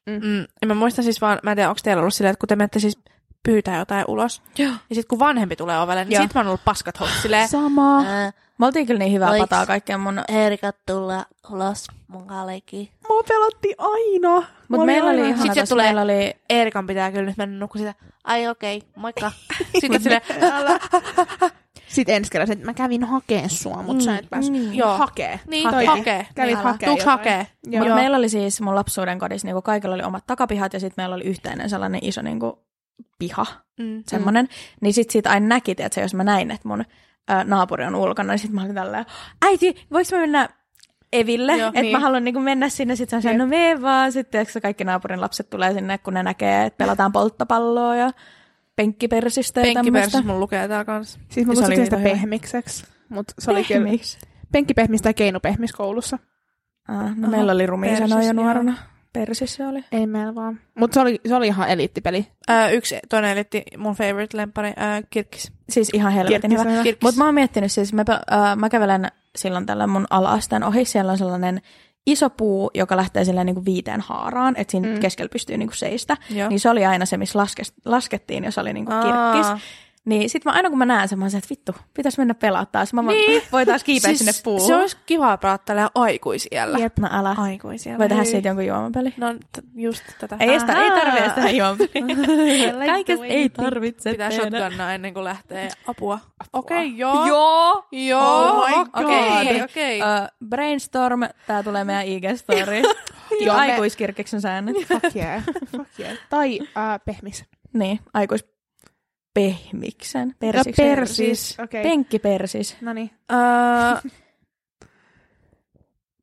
Mm. Mm. Mm, ja mä muistan siis vaan, mä en tiedä, onko teillä ollut silleen, että kun te menette siis pyytää jotain ulos, Joo. ja sit kun vanhempi tulee ovelle, niin Joo. sit mä oon ollut paskat housut silleen, Sama. Ää, Me oltiin kyllä niin hyvää Oiks? pataa kaikkeen mun. Herikat tulla ulos mun kallekin. Mua pelotti aina. Mutta meillä oli ihana, Sit se koska tulee- meillä oli Erikan pitää kyllä nyt mennä nukkumaan sitä, Ai okei, okay, moikka. sitten silleen, Sitten ensi kerralla, se, että mä kävin hakeen sua, mutta mm. sä et päässyt. Mm. Joo. Hakee. niin, Hakee. hakee. Kävit Älä. hakee Tuuks jotain. hakee? Joo. Mut Joo. meillä oli siis mun lapsuuden kodissa, niin kaikilla oli omat takapihat ja sitten meillä oli yhteinen sellainen iso niin kuin, piha, Mm. semmoinen. Niin sitten siitä aina näki, että jos mä näin, että mun ö, naapuri on ulkona, niin sitten mä olin tällä äiti, voiko mä mennä Eville, Joo, että niin. mä haluan niin kuin mennä sinne, sitten se on no mene vaan, sitten tiiäks, kaikki naapurin lapset tulee sinne, kun ne näkee, että pelataan polttapalloa ja penkkipersistä ja Penkkipersis tämmöistä. mun lukee tää kanssa. Siis mä Se oli kutsutin sitä hyvä. pehmikseksi, mutta se oli kyllä penkkipehmis tai keinupehmis koulussa. Ah, no meillä oli rumia persis, sanoja joo. nuorena. Persissä oli. Ei meillä vaan. Mutta se oli, se oli ihan eliittipeli. Öö, yksi toinen elitti mun favorite lempari, öö, Kirkkis. Siis ihan helvetin hyvä. Kirkkisellä. Kirkkis. Mutta mä oon miettinyt siis, mä, äh, mä kävelen silloin tällä mun ala-asteen ohi, siellä on sellainen iso puu, joka lähtee silleen niin kuin viiteen haaraan, että siinä Mm. mm. keskellä pystyy niin kuin seistä. Joo. Niin se oli aina se, missä laskes, laskettiin, jos oli niin kuin Aa. kirkkis. Niin sit mä aina kun mä näen sen, mä oon se, että vittu, pitäis mennä pelaa taas. Mä niin. voi taas kiipeä siis sinne puuhun. Se olisi kiva pelata tällä aikuisiellä. Jep, no älä. Aikuisiellä. Voi tehdä Ei. siitä jonkun juomapeli. No t- just tätä. Ei, edes, ei tarvitse tehdä Like juomapeli. Kaikesta the way ei you think. tarvitse Pitää tehdä. shotgunnaa ennen kuin lähtee. Apua. Okei, okay, joo. Joo. Joo. Oh my Okei, god. okei. Uh, brainstorm, tää tulee meidän IG-story. Joo, Joo, me- aikuiskirkiksen säännöt. Fuck yeah. Fuck yeah. Tai äh, pehmis. niin, aikuis pehmiksen. Ja Persiksen. persis. Okei. No niin. Okay. Penkkipersis. Noniin. Öö,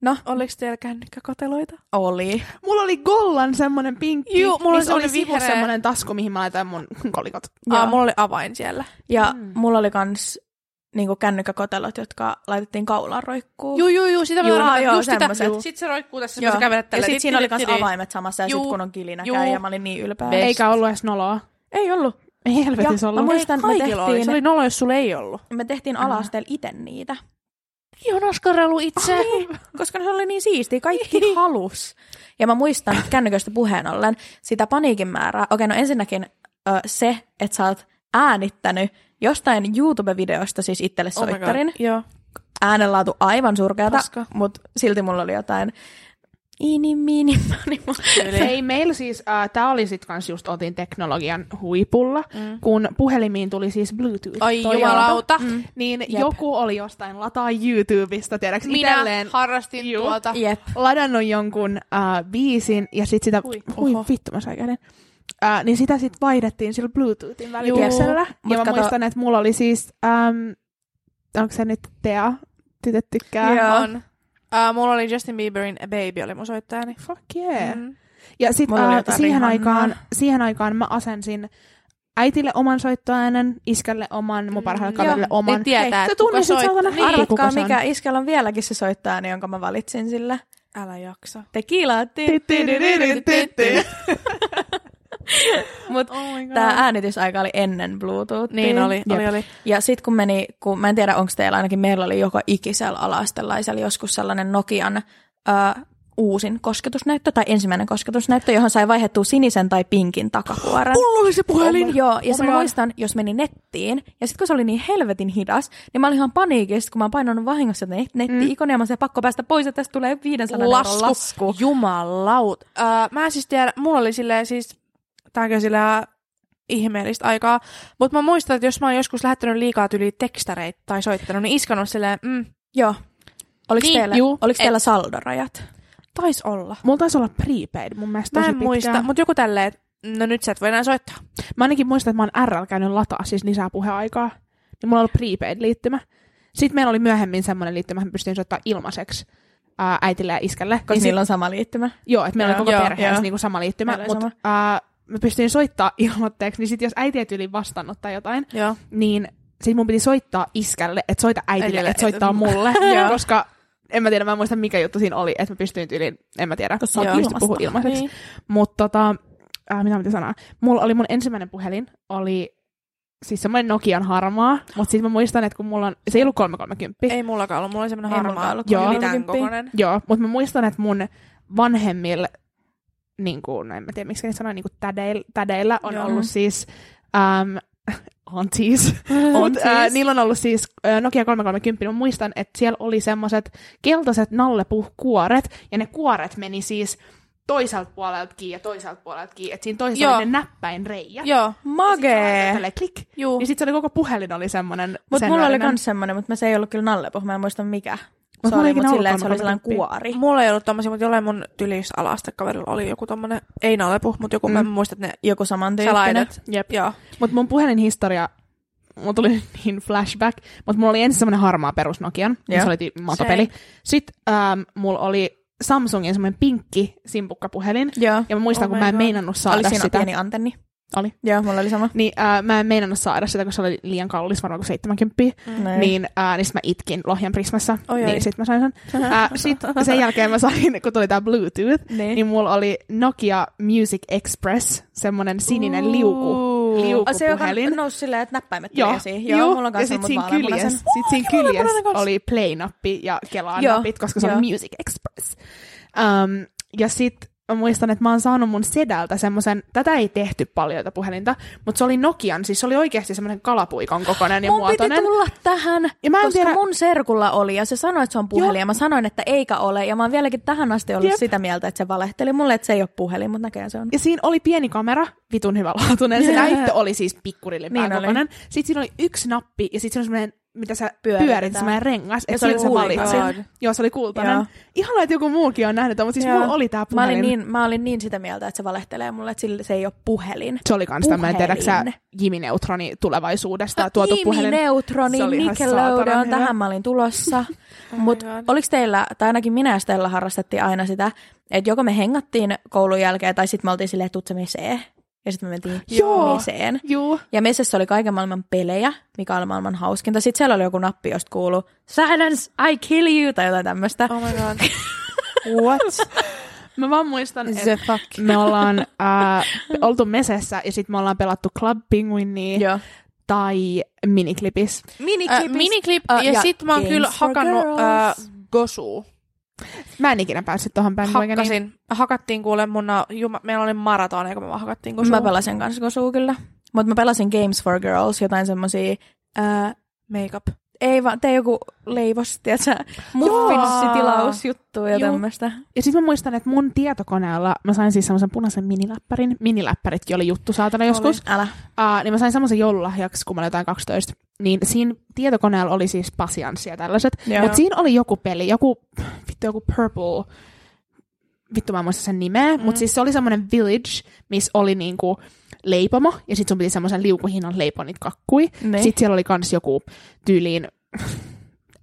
No. Oliko teillä kännykkäkoteloita? Oli. Mulla oli Gollan semmonen pinkki. Juu, mulla oli missä oli semmonen sivussa vihreä. semmonen tasku, mihin mä laitan mun kolikot. Joo. Joo. Ah, mulla oli avain siellä. Ja Mm. mm. mulla oli kans niinku kännykkäkotelot, jotka laitettiin kaulaan roikkuu. Juu, juu, juu, sitä mä Juu, tarkoitan, joo, just sitä. semmoset. Sit se roikkuu tässä, Joo. kun sä kävelet ja tällä. sit siinä oli kans Tiri, tiri. avaimet samassa, ja sit Juu. kun on kilinä Juu. käy, ja mä olin niin ylpeä. Best. Eikä ollut edes noloa. Ei ollut. Ei helvetissä Joo, mä ollut. muistan, me Kaikilla oli. Se tehtiin, oli nolo, jos sulla ei ollut. me tehtiin Äh. ala-asteella ite niitä. Mäkin on askarellut itse. koska se oli niin siisti, kaikki halus. Ja mä muistan kännyköstä puheen ollen sitä paniikin määrää. Okei, no ensinnäkin ö, se, että sä oot äänittänyt jostain YouTube-videosta siis itselle Oh my god. soittarin. Joo. Äänenlaatu aivan surkeata, Paska. mutta silti mulla oli jotain ini mini Ei, meillä siis, äh, tää oli sit kans just oltiin teknologian huipulla, mm. kun puhelimiin tuli siis Bluetooth. Ai Toi jumalauta. Mm. Niin Jep. Jep. joku oli jostain lataa YouTubesta, tiedäks, Minä itselleen harrastin Juu. tuota. Jep. ladannut jonkun äh, biisin ja sit sitä, hui, Ui, hui oho. vittu mä sain käden. Äh, niin sitä sit vaihdettiin sillä Bluetoothin välityksellä. Mut Ja mä kato- muistan, että mulla oli siis, ähm, onko se nyt Tea, tytöt tykkää. Joo. On. Uh, mulla oli Justin Bieberin Baby, oli mun soittajani. Fuck yeah. Mm. Ja sit, Mulla oli äh, jotain siihen, Rihannaa. aikaan, siihen aikaan mä asensin äitille oman soittoäänen, iskälle oman, mun parhaalle kaverille Joo, oman. niin tietää, Sä että kuka tunnistit soittaa. saatana Niin. heti, kuka Arvatkaa se on. mikä iskellä on vieläkin se soittaa, jonka mä valitsin sillä. Älä jaksa. Tequila. Mutta Oh my god. tämä äänitysaika oli ennen Bluetoothia. Niin oli, oli, Jep. oli. Ja sitten kun meni, kun mä en tiedä onko teillä ainakin, meillä oli joka ikisellä alastelaisella joskus sellainen Nokian ö, uusin kosketusnäyttö tai ensimmäinen kosketusnäyttö, johon sai vaihdettua sinisen tai pinkin takakuoren. Mulla oli se puhelin. Joo, Oh ja oh my mä God. muistan, jos meni nettiin, ja sitten kun se oli niin helvetin hidas, niin mä olin ihan paniikissa, kun mä oon painanut vahingossa net- netti-ikonia, mm. mä sanoin, että pakko päästä pois, että tästä tulee 500 euron lasku. Jumalaut. Öö, mä siis tiedän, mulla oli silleen siis, tääkö on silleen ihmeellistä aikaa, mutta mä muistan, että jos mä oon joskus lähettänyt liikaa tyli tekstareita tai soittanut, niin iskanut silleen, mm, Joo. Oliko Niin, niin, teillä, juu. oliko teillä saldorajat? tais olla. Mulla taisi olla prepaid mun mielestä Mä tosi en muista, pitkään. mutta joku tälleen, että no nyt sä et voi enää soittaa. Mä ainakin muistan, että mä oon RL käynyt lataa siis lisää puheaikaa. Niin mulla oli prepaid-liittymä. Sitten meillä oli myöhemmin semmoinen liittymä, että mä pystyin soittamaan ilmaiseksi ää, äitille ja iskälle. Niin Siis Koska niillä on sama liittymä. Joo, että meillä Joo, on koko joo, perheessä joo. niinku sama liittymä, Meillä oli mutta mä pystyin soittaa ilmoitteeksi, niin sitten jos äiti ei tyyliin vastannut tai jotain, Joo. niin sitten mun piti soittaa iskälle, että soita äitille, Äidille, että soittaa et- mulle, Joo. koska en mä tiedä, mä en muista mikä juttu siinä oli, että mä pystyin tyyliin, en mä tiedä, Koska mä joo. pystyn puhumaan Ilmasta. ilmaiseksi. Niin. Mutta tota, äh, mitä mä piti sanoa, mulla oli mun ensimmäinen puhelin, oli siis semmoinen Nokian harmaa, mutta sitten mä muistan, että kun mulla on, se ei ollut 330, Ei mullakaan ollut, mulla oli semmoinen Ei mullakaan harmaa. ollut Joo. Yli tämän 30. kokoinen. Joo, mutta mä muistan, että mun vanhemmilla, niin kuin, en mä tiedä miksi ne sanoo, niin kuin tädeillä, tädeillä on Joo. Joo. ollut siis, äm, aunties, Mut, äh, niillä on ollut siis äh, Nokia 330, mä muistan, että siellä oli semmoiset keltaiset nallepuhkuoret, ja ne kuoret meni siis toiselta puolelta kiinni ja toiselta puolelta kiinni, että siinä toisessa Joo. oli ne näppäinreijät. Joo. Magee! Tälleen klik. Juu. Ja sitten se oli koko puhelin oli semmoinen. Mutta mulla oli myös semmoinen, mutta se ei ollut kyllä nallepoh, mä en muista mikä. Mut se mulla oli, eikin mutta ollut silleen, että se oli 330. sellainen kuori. Mulla ei ollut tommosia, mutta jollain mun tylissä alasta kaverilla oli joku tommonen, ei nalepu, mutta joku, mm. Mm. mä en muista, että ne Joku samantyyppinen. salaidat. Jep. Joo. Mutta mun puhelinhistoria, mulla tuli niin flashback, mutta mulla oli ensin semmoinen harmaa perus Nokian, ja Joo. se oli ti- matopeli. Sitten ähm, mulla oli Samsungin semmoinen pinkki simpukkapuhelin, Joo. ja mä muistan, Oh kun my mä en God. meinannut saada Oliko siinä sitä. pieni antenni? Oli. Joo, mulla oli sama. Niin äh, mä en meinannut saada sitä, kun se oli liian kallis, varmaan kuin 70. Näin. Niin, äh, niin sit mä itkin Lohjan Prismassa, Oi, oi. niin sit mä sain sen. Äh, sit sen jälkeen mä sain, kun tuli tää Bluetooth, Niin. niin mulla oli Nokia Music Express, semmonen sininen liuku. Oh, se, joka Liukupuhelin. nousi silleen, että näppäimet tuli Joo, esiin. joo, Joo, mulla on ja kanssa sitten mut siinä kyljessä, vaaleanpunaisen. sit siinä kyljessä vaaleanpunainen kanssa. oli play-nappi ja Joo, kelaa-nappit, koska se joo. oli Music Express. Um, ja sitten mä muistan, että mä oon saanut mun sedältä semmoisen, tätä ei tehty paljon tätä puhelinta, mutta se oli Nokian, siis se oli oikeasti semmoinen kalapuikon kokoinen ja Mun muotoinen. piti tulla tähän, Ja mä en koska tiedä- mun serkulla oli, ja se sanoi, että se on puhelin, Joo. ja mä sanoin, että eikä ole, ja mä oon vieläkin tähän asti ollut Jep. Jep. sitä mieltä, että se valehteli mulle, että se ei ole puhelin, mutta näköjään se on. Ja siinä oli pieni kamera, vitun hyvälaatuinen. Se näyttö oli siis pikkurillin Niin oli. niin Sitten siinä oli yksi nappi ja sitten siinä oli semmoinen, mitä sä Pyöritetään. pyörit, semmoinen rengas. Ja Et se oli siinä sä kultainen. valitsit. Joo, se oli kultainen. Joo. Ihana, että joku muukin on nähnyt, tämän, mutta siis Joo. mulla oli tää Mä puhelin. olin, niin, mä olin niin sitä mieltä, että se valehtelee mulle, että sillä se ei ole puhelin. Se oli kans tämmöinen, Puhelin. tiedätkö sä, Jimi Neutroni tulevaisuudesta tuotu Jimmy puhelin. Neutroni, Se oli ihan saatanan Nickelodeon, hyvä. tähän mä olin tulossa. Mutta God. oliko teillä, tai ainakin minä ja Stella harrastettiin aina sitä, että joko me hengattiin koulun jälkeen, tai sitten me oltiin silleen, että tuut sä miseen. Ja sitten me mentiin Joo. miseen. Juu. Ja messissä oli kaiken maailman pelejä, mikä oli maailman hauskinta. Sitten siellä oli joku nappi, josta kuuluu Silence, I kill you, tai jotain tämmöistä. Oh my god. What? Mä vaan muistan, että fuck. me ollaan äh, oltu mesessä ja sitten me ollaan pelattu Club Penguinia Joo. tai Miniklipis. Äh, Miniklipis. miniklip, Äh, ja, ja sit mä oon Games kyllä for hakannut äh, Girls. Gosu. Mä en ikinä päässyt tuohon bandwagoniin. Hakkasin. Hakattiin kuule mun, na- juma, meillä oli maratoni, kun me vaan hakattiin Gosu. Mä pelasin kanssa Gosuu kyllä. Mutta mä pelasin Games for Girls, jotain semmosia... Ää, Makeup. ei vaan, tee joku leivos, tiedätkö, muffinssitilausjuttu ja Juu. tämmöistä. Ja sitten mä muistan, että mun tietokoneella mä sain siis semmoisen punaisen miniläppärin. Miniläppäritkin oli juttu saatana joskus. Älä. Uh, niin mä sain semmoisen joululahjaksi, kun mä olin jotain 12. Niin siinä tietokoneella oli siis pasianssi ja tällaiset. Joo. Mutta siinä oli joku peli, joku, vittu joku purple, vittu mä en muista sen nimeä, mm. mutta siis se oli semmoinen village, missä oli niinku leipomo, ja sitten sun piti semmoisen liukuhinnan leiponit kakkui. Niin. Sitten siellä oli kans joku tyyliin,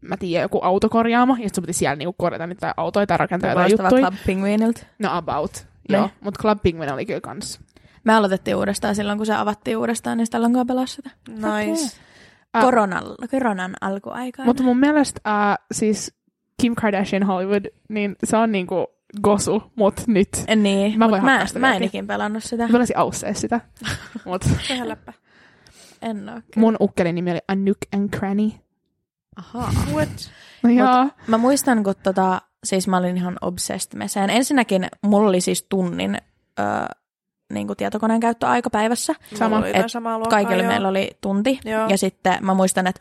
mä tiedän, joku autokorjaamo, ja sit sun piti siellä niinku korjata niitä autoja tai rakentaa jotain Kuulostava juttuja. Club Penguinilta. No about, Ne. joo. Mutta Club Penguin oli kyllä kans. Me aloitettiin uudestaan silloin, kun se avattiin uudestaan, niin sitä lankaa pelasi sitä. Nice. Ah. Koronan, koronan alkuaikaan. Mutta mun mielestä äh, siis Kim Kardashian Hollywood, niin se on niinku gosu, mut nyt. En niin, Mä mut voin mä, hakkaa sitä mä en vieläkin. ikin pelannut sitä. Mä olisin aussee sitä. Mut Tehdä läppä. En oo kyllä. mun ukkelin nimi oli Anuk and Cranny. Ahaa. What? No Mut- joo. Mä muistan, kun tota, siis mä olin ihan obsessed meseen. Ensinnäkin mulla oli siis tunnin ö, niin kuin tietokoneen käyttöaika päivässä. Sama. Mulla oli jotain Et samaa luokkaa, Kaikilla joo. meillä oli tunti. Joo. Ja sitten mä muistan, että...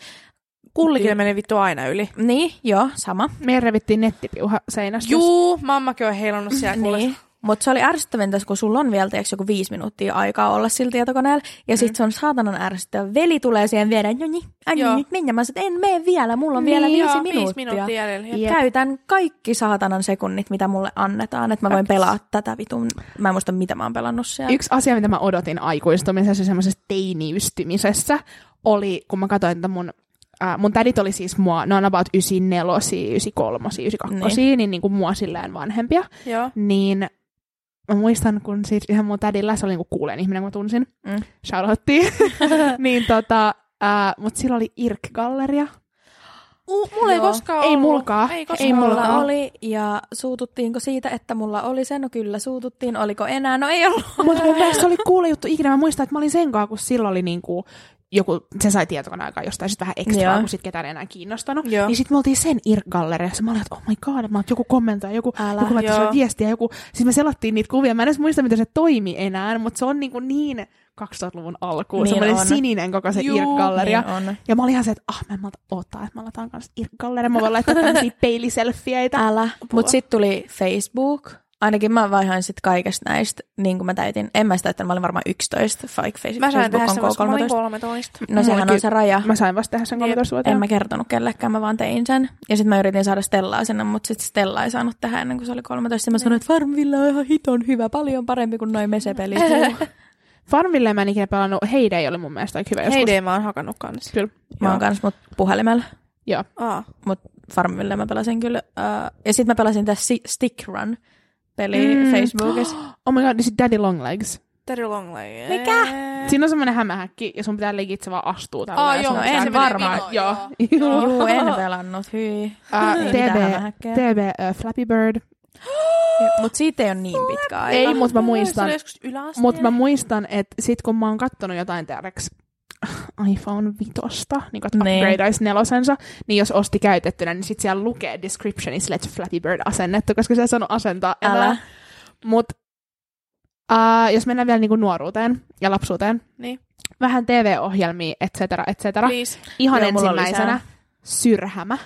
Kullikin meni vittu aina yli. Niin, joo, sama. Meidän revittiin nettipiuha seinästä. Juu, mammakin on heilannut siellä kuulosti. Niin. Mutta se oli ärsyttävintä, kun sulla on vielä tiiäks, joku viisi minuuttia aikaa olla sillä tietokoneella. Ja sitten se on saatanan ärsyttävä. Veli tulee siihen viedä, no niin, Mm. Joo. änni nyt mennä. Mä sanoin, että en mene vielä, mulla on vielä Niin, viisi, joo, minuuttia. Viisi minuuttia jäljellä. Jep. Käytän kaikki saatanan sekunnit, mitä mulle annetaan, että mä voin pelaa tätä vitun. Mä en muista, mitä mä oon pelannut siellä. Yksi asia, mitä mä odotin aikuistumisessa ja semmoisessa teiniystymisessä, oli, kun mä katsoin, että mun, äh, mun tädit oli siis mua, ne on about 94, 93, 92, niin, niin, niin kuin mua silleen vanhempia. Joo. Niin mä muistan, kun siis ihan mun tädillä, se oli niinku kuuleen ihminen, kun mä tunsin, Mm. mm. shoutouttiin, niin tota, äh, mut sillä oli Irk-galleria. U, mulla ei Joo. koskaan Ei ollut. mulkaa. Ei Ei koskaan mulla mulla ole. oli, ja suututtiinko siitä, että mulla oli se? No kyllä, suututtiin. Oliko enää? No ei ollut. Mutta mun mielestä se oli kuule juttu ikinä. Mä muistan, että mä olin sen kanssa, kun silloin oli niinku joku, se sai tietokoneen aikaa jostain sit vähän ekstraa, Joo. kun sit ketään ei enää kiinnostanut. Joo. Niin sit me oltiin sen Irk-galleriassa. Mä olin, että oh my god, mä oon, joku kommentoi, joku, Älä, joku laittoi sulle joo. viestiä, joku. Siis me selattiin niitä kuvia. Mä en edes muista, miten se toimi enää, mutta se on niinku niin 2000-luvun alkuun. Niin Niin on. Semmoinen sininen koko se Juu, Irk-galleria. niin on. ja mä olin ihan se, että ah, mä en malta odottaa, että mä lataan kanssa Irk-galleria. Mä voin laittaa tämmöisiä peiliselfieitä. Älä. Mutta sitten tuli Facebook. Ainakin mä vaihan sitten kaikesta näistä, niin kuin mä täytin. En mä sitä täyttänyt, mä olin varmaan 11, vaikka face- Mä sain Facebook tehdä on semmoista, kun mä olin K13. 13. No sehän on Mullakin- se raja. Mä sain vasta tehdä sen 13-vuotiaana. En mä kertonut kellekään, mä vaan tein sen. Ja sitten mä yritin saada Stellaa sinne, mutta sitten Stella ei saanut tehdä ennen kuin se oli 13. Ja mä sanoin, että Farmville on ihan hiton hyvä, paljon parempi kuin noin mesepelit. Farmville mä en ikinä pelannut. Heidei oli mun mielestä aika hyvä joskus. Heidei mä oon hakannut kanssa. Kyllä. mä Joo. oon kans mut puhelimella, Joo. Aa. mut Farmville mä pelasin kyllä. Äh, ja sitten mä pelasin tässä Si- Stick Run peli Mm. Facebookissa. Oh my god, niin sit Daddy Longlegs. Terry Longley. Mikä? Siinä on semmoinen hämähäkki ja sun pitää legit se vaan astuu tällä. Aa, ja joo, sun no mut pitää- en se menee varmaan, vinoon, Joo. Juu, en pelannut, hyi. Äh, Ei mitään TB, hämähäkkejä. TB äh, Flappy Bird. Mutta siitä ei ole niin pitkä aika. Ei, mut mä Se muistan. oli joskus yläasteella. Mutta mä muistan, että sit kun mä oon kattonut jotain teoreeksi iPhone 5, niin kun Niin. upgradeaisi nelosensa, niin jos osti käytettynä, niin sit siellä lukee descriptionissa, että Flappy Bird asennettu, koska se ei saanut asentaa Älä. enää. Mut äh, jos mennään vielä niinku nuoruuteen ja lapsuuteen, Niin. vähän TV-ohjelmia, et cetera, et cetera. Please. Ihan Niin. Joo, mulla oli ensimmäisenä syrhämä.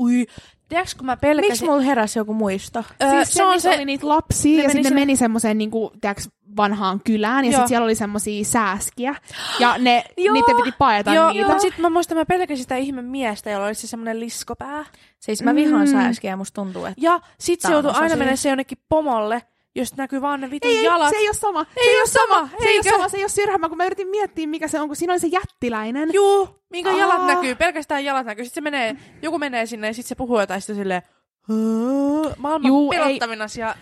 Ui. Tiedätkö, kun mä pelkäsin... Miksi mulla heräsi joku muisto? Ö, siis se, on se, oli niitä lapsia, ne ja meni sitten ne sinne- meni semmoiseen niinku, tiiäks, vanhaan kylään, ja Joo. sitten siellä oli semmoisia sääskiä, ja ne, niitä piti paeta Joo, niitä. mutta sitten mä muistan, mä pelkäsin sitä ihme miestä, jolla oli se semmoinen liskopää. Siis mä vihaan Mm. sääskiä ja musta tuntuu, että... Ja sit se Tää on joutuu osa aina syy. mennä se jonnekin pomolle, josta näkyy vaan ne vitun Ei, ei, jalat. se ei ole sama. Ei se ei ole sama. Se ei ole sama, se ei ole syrhämä, kun mä yritin miettiä, mikä se on, kun siinä oli se jättiläinen. Juu, minkä Aa. jalat Aa. näkyy, pelkästään jalat näkyy. Sitten se menee, joku menee sinne ja sitten se puhuu jotain sitten silleen, "Hää?" maailman Juu, Juu, ei. pelottavin asia.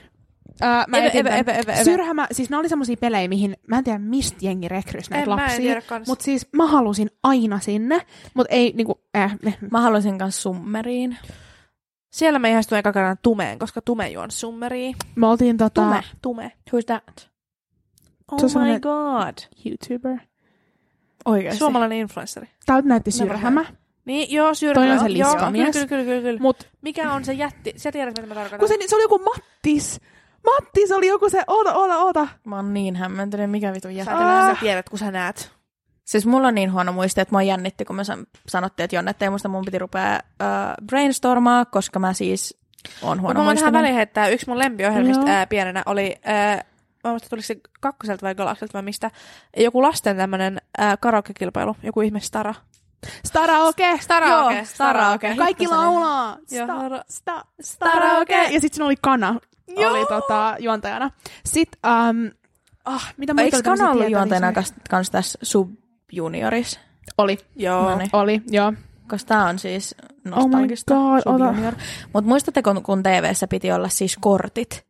Äh, mä Eve, etin eve, tän. eve, eve, eve. Syrhämä, siis ne oli semmosia pelejä, mihin mä en tiedä, mistä jengi rekrys näitä En, mä en lapsia. tiedä kans. Mutta siis mä halusin aina sinne, mutta ei niinku, äh, ne- Mä haluaisin kanssa summeriin. Siellä mä ihastuin eka kerran tumeen, koska tume juon summeriin. me oltiin tota... Tume, tume. Who's that? Oh Se on my semmonen- god. YouTuber. Oikeasti. Suomalainen influenssari. Tältä näytti Mä syrhämä, Niin, joo, syrjä. Toi on se joo, liskamies. kyllä, kyllä, kyllä, kyllä, kyllä. mutta Mikä on se jätti? Sä tiedät, mitä mä tarkoitan. kun se, se oli joku Mattis. Mattis oli joku se, oota, oota, oota. Mä oon niin hämmentynyt, mikä vitu Sä, jättä. tiedät, Ah. sä tiedät, kun sä näet. Siis mulla on niin huono muisti, että mua jännitti, kun mä san- sanottiin, että Jonnet ei muista, mun piti rupea uh, brainstormaa, koska mä siis on Mutta huono mä voin tähän muisti. väliin heittää, yksi mun lempiohjelmista Joo. ää, pienenä oli, ää, mä muistan, tuliko se kakkoselta vai galakselta vai mistä, joku lasten tämmönen ää, karaoke-kilpailu, joku ihme stara. Staraoke. Staraoke, Joo, staraoke. Kaikki Hittasanen. laulaa. Joo. Sta, sta, Staraoke. staraoke. Ja sitten siinä oli kana. Joo. Oli tota, juontajana. Sitten, um, ah, mitä mä Eikö Kana ollut juontajana kas, kans tässä subjunioris? niin Oli, Joo. No niin. oli, joo. Koska tää on siis Oh my nostalgista. god, ota. Mutta muistatteko, kun TV-ssä piti olla siis kortit?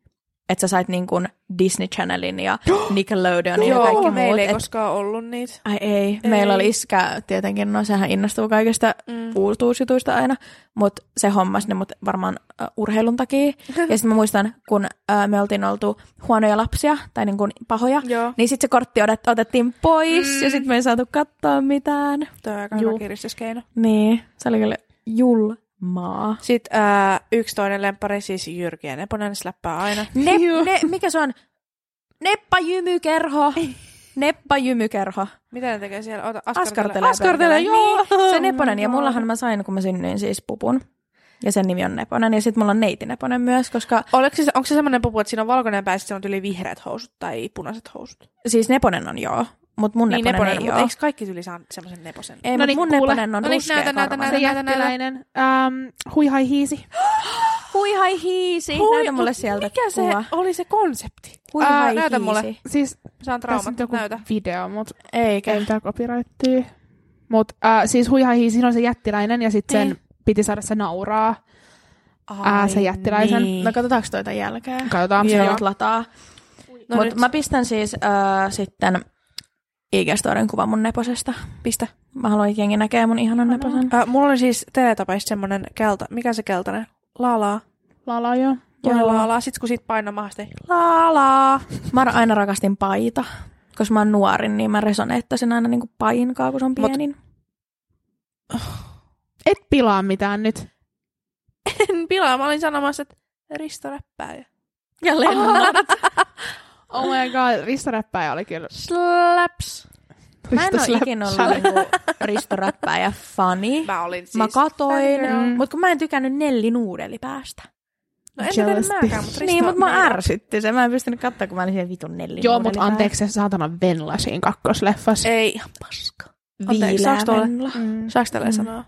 että sä sait niin kuin Disney Channelin ja Nickelodeonin ja Joo, kaikki muut. meillä ei Et, koskaan ollut niitä. ai ei, ei, meillä oli iskä tietenkin, no sehän innostuu kaikista Mm. uutuusjutuista Mm-hmm. aina, mutta se hommas ne mut varmaan uh, urheilun takia. ja sitten mä muistan, kun uh, me oltiin oltu huonoja lapsia tai niin kuin pahoja, Joo, niin sitten se kortti odet, otettiin pois mm. ja sitten me ei saatu katsoa mitään. toi on aika Juu. hyvä kiristyskeino. Niin, se oli kyllä julmaa. Sitten ää, yksi toinen lempari, siis Jyrki ja Neponen, ne läppää aina. Ne, ne, mikä se on? Neppajymykerho. Neppajymykerho. Mitä ne tekee siellä? Ota, askartelee. Askartelee. Askartelee, pöydällä. joo! Niin, se Neponen. Ja mullahan mä sain, kun mä synnyin siis pupun. Ja sen nimi on Neponen. Ja sitten mulla on neiti Neponen myös, koska Oliko se, onko se semmoinen pupu, että siinä on valkoinen pää, sit siinä on yli vihreät housut tai punaiset housut? siis Neponen on joo. Mutta mun Niin Neponen, Neponen, ei mutta ole. eikö kaikki tyli saa semmoisen Neposen? Ei, No no niin, niin, mun kuule. Neponen on No niin, ruskea näytä, näytä, Se näytä. jättiläinen. Ähm, hui hai hiisi. Hui hai hiisi. Hui, näytä mulle sieltä Mikä se kuva. oli se konsepti? Hui Ää, hai näytä hiisi. mulle. Siis Saan tässä traumat, nyt joku näytä. video, mutta Eikä. ei mitään copyrighttia. Mut äh, siis hui hai hiisi on se jättiläinen ja sitten sen Niin. piti saada se nauraa. Ää, se Ai jättiläisen. Niin. No katsotaanko toita jälkeen? Katsotaan, Onko se se on. nyt lataa? No No Mut nyt. mä pistän siis äh, sitten ig kuvan mun neposesta. Pistä. Mä haluan, että jengi näkee mun ihanan neposen. Äh, mulla oli siis teletapaista semmonen kelta, mikä se keltainen? Laalaa. Lala jo. Joo. Laalaa. Sitten kun siitä painaa mahasta, laalaa. Mä aina rakastin paita. Koska mä oon nuorin, niin mä resoneettasin aina niinku painkaa, kun se on Mut- pienin. Et pilaa mitään nyt. En pilaa. Mä olin sanomassa, että Risto räppää. ja Ja lennät. Oh my god, Risto Räppäjä oli kyllä. Slaps. Mä en Risto oo Slap- ikinä ollut niinku Risto Räppäjä fani. Mä olin siis. Mä katoin, Girl. Mm. mut kun mä en tykännyt Nelli Nuudelipäästä. No en tiedä Jealousy. mäkään, mutta Risto. Niin, mut mä meillä- ärsytti se. Mä en pystynyt katsoa, kun mä olin siellä vitun Nelli Joo, mutta Nuudelipää. anteeksi se saatana Venla siinä kakkosleffassa. Ei, ihan paska. Anteeksi, Viileä saaks tuolla- Venla. Mm. Saaks tälleen Mm. sanoa?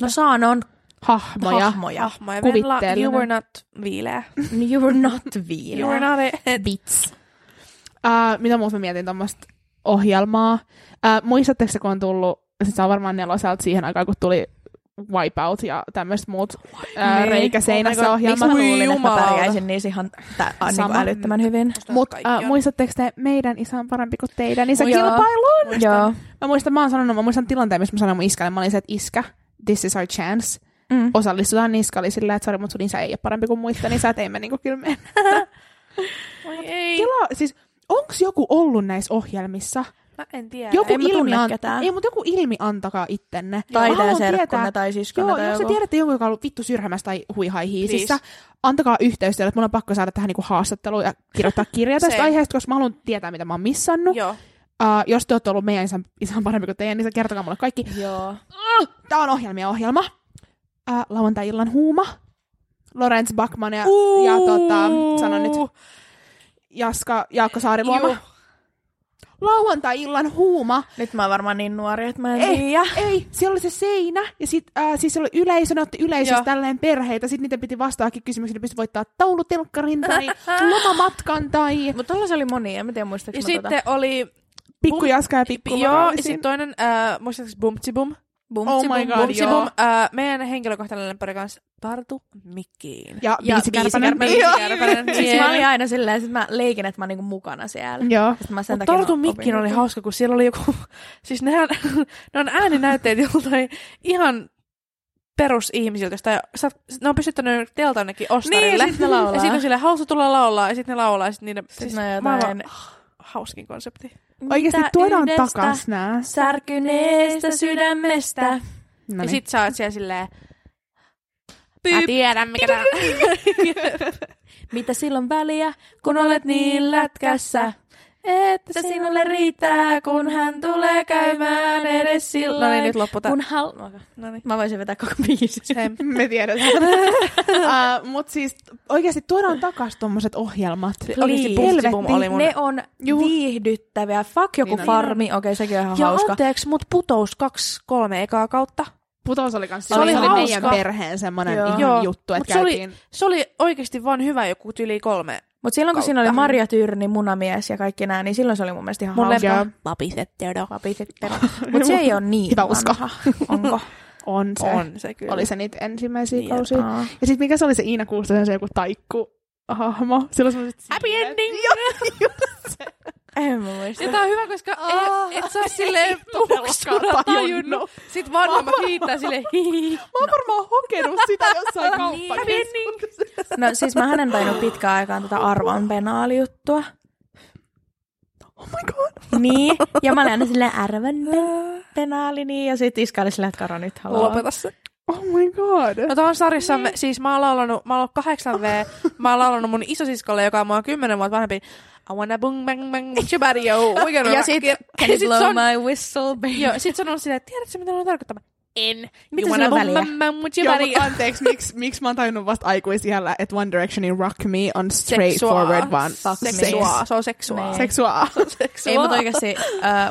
No saan on Hahmoja. hahmoja. No, Ahma ja Venla, Kuvitteellinen. you were not viileä. You were not You were viileä. Niin. not it. Vits. Uh, mitä muuta mä mietin tuommoista ohjelmaa? Uh, muistatteko se, kun on tullut, siis se on varmaan neloselta siihen aikaan, kun tuli Wipeout ja tämmöiset muut uh, Niin. reikäseinässä Miksi mä ohjelmat. Ui luulin, että mä jumalauta. pärjäisin niissä ihan tä- a, niin Sama. kuin älyttömän hyvin? Mutta uh, muistatteko te, meidän isä on parempi kuin teidän isä Joo. kilpailuun? Muistan. Joo. Mä muistan, mä oon sanonut, mä muistan tilanteen, missä mä sanoin mun iskalle, mä olin se, että iskä, this is our chance. Mm. Osallistutaan, niin iska oli sillä, että sori, mutta sun isä ei ole parempi kuin muista, niin sä et, ei me niinku kyllä mennä. Oi ei. Kela, siis onks joku ollut näissä ohjelmissa? Mä en tiedä. Joku en mä tunne ilmi an... ketään. Ei, mutta joku ilmi antakaa ittenne. Tai Mä tää haluan serkkunne tietää- tai siskone Joo, tai jos te joku. tiedätte joku, joka on ollut vittu syrhämässä tai huihai hiisissä, Please. antakaa yhteystä, että mulla on pakko saada tähän niinku haastatteluun ja kirjoittaa kirja tästä Se. aiheesta, koska mä haluan tietää, mitä mä oon missannut. Joo. Uh, jos te olette ollut meidän isän, isän parempi kuin teidän, niin se kertokaa mulle kaikki. Joo. Ah! Tää on ohjelmia ohjelma. Uh, lauantai-illan huuma. Lorenz Backman ja, ja tota, sano nyt, Jaska, Jaakko Saariluoma. Juu. Lauantai-illan huuma. Nyt mä oon varmaan niin nuori, että mä en Ei. tiedä. Ei, siellä oli se seinä, ja sit, äh, siis siellä oli yleisö, ne otti yleisöstä Joo. tälleen perheitä, sitten niitä piti vastaakin kysymyksiin, ne pystyi voittaa taulutelkkarin tai lomamatkan tai Mutta tuolla se oli moni, en mä tiedä muistaaks Ja mä tota. sitten oli... pikku Jaska ja pikku Joo, ja Lorentzin. sitten toinen, äh, muistaaks Bumtsi Bum? Oh my god, Bumtsi joo. Bum, äh, meidän henkilökohtainen lempari kanssa. Tartu mikkiin. Ja, ja biisikärpänen. Joo. Siis mä olin Joo. aina silleen, että mä leikin, että mä oon niinku mukana siellä. Joo. Sitten mä sen Mutta takia Tartu mä mikkiin opin oli jotain. hauska, kun siellä oli joku... Siis nehän, ne on ääninäytteet joltain ihan perusihmisiltä, josta ei- sä oot- ne on pystyttänyt teltannekin ostarille. Niin, sit ne laulaa. Ja sitten on silleen hauska tulla laulaa, ja sitten ne laulaa, ja sitten niiden... Sit siis ne on maailman jotain- hauskin konsepti. Oikeasti Mitä tuodaan yhdestä takas nää. Särkyneestä sydämestä. No Ja niin. sit sä oot siellä silleen... Mä tiedän, mikä tää on. Mitä silloin väliä, kun olet niin lätkässä? Että sinulle riittää, kun hän tulee käymään edes silloin. No niin, nyt loppu tää. Kun hal... No niin. Mä voisin vetää koko biisin. Me tiedetään. uh, Mutta siis oikeasti tuodaan takas tommoset ohjelmat. Oikeesti Please. Bumtsibum oli mun... Niin. Ne on Juu. viihdyttäviä. Fuck joku Niin on. farmi. Okei, sekin on ihan Ja hauska. anteeksi, mut putous kaksi, kolme ekaa kautta. Putous oli kans Se oli se oli hauska. meidän perheen semmonen Joo. ihan Joo. juttu, Mut että se oli- käytiin... Se oli oikeasti vaan hyvä joku tyli kolme. Mutta silloin, kun siinä oli kautta. Marja Tyrni, Munamies ja kaikki nämä, niin silloin se oli mun mielestä ihan Mun hauska. Joo. Vapiset teodon. Mutta se ei ole niin Hyvä usko. vanha. Onko? On se. On se kyllä. Oli se niitä ensimmäisiä Jep. kausia. Aa. Ja sitten mikä se oli se Iina Kuustosen se joku taikku hahmo. Sillä on sellaiset Happy siivet. ending! En mä muista. Ja tää on hyvä, koska Oh. et, et sä oo silleen tuksuna todellakaan Ah. tajunnut. Sit vanhemmat viittaa silleen hihihi. Mä oon varmaan hokenut sitä jossain Niin. kauppakeskuksessa. No siis mä en tajunnut pitkään aikaan tätä arvon penaalijuttua. Oh my god. Niin. Ja mä olin aina silleen arvon pen- penaali, niin. Ja sit iska oli silleen, että Karo nyt haluaa. Lopeta se. Oh my god. No tuohon sarjassa, me, siis mä oon laulanut, mä oon ollut 8V, mä oon laulanut mun isosiskolle, joka on mua 10 vuotta vanhempi. I wanna boom bang bang, with your body, yo. We gonna Ja rock sit, it. Ja can you sit blow se on- my whistle, baby? Joo, sit se on ollut silleen, että tiedätkö mitä ne on tarkoittanut? En. Mitä you sillä wanna on boom väliä? bang bang, with Joo, your body, mutta yo. anteeksi, miksi, miksi mä oon tajunnut vasta aikuisijällä, että One Directionin Rock Me on Seksua. straightforward, vaan Fuck me. Seksua, se on seksua. Niin. Seksua. Seksua. Ei, mutta oikeasti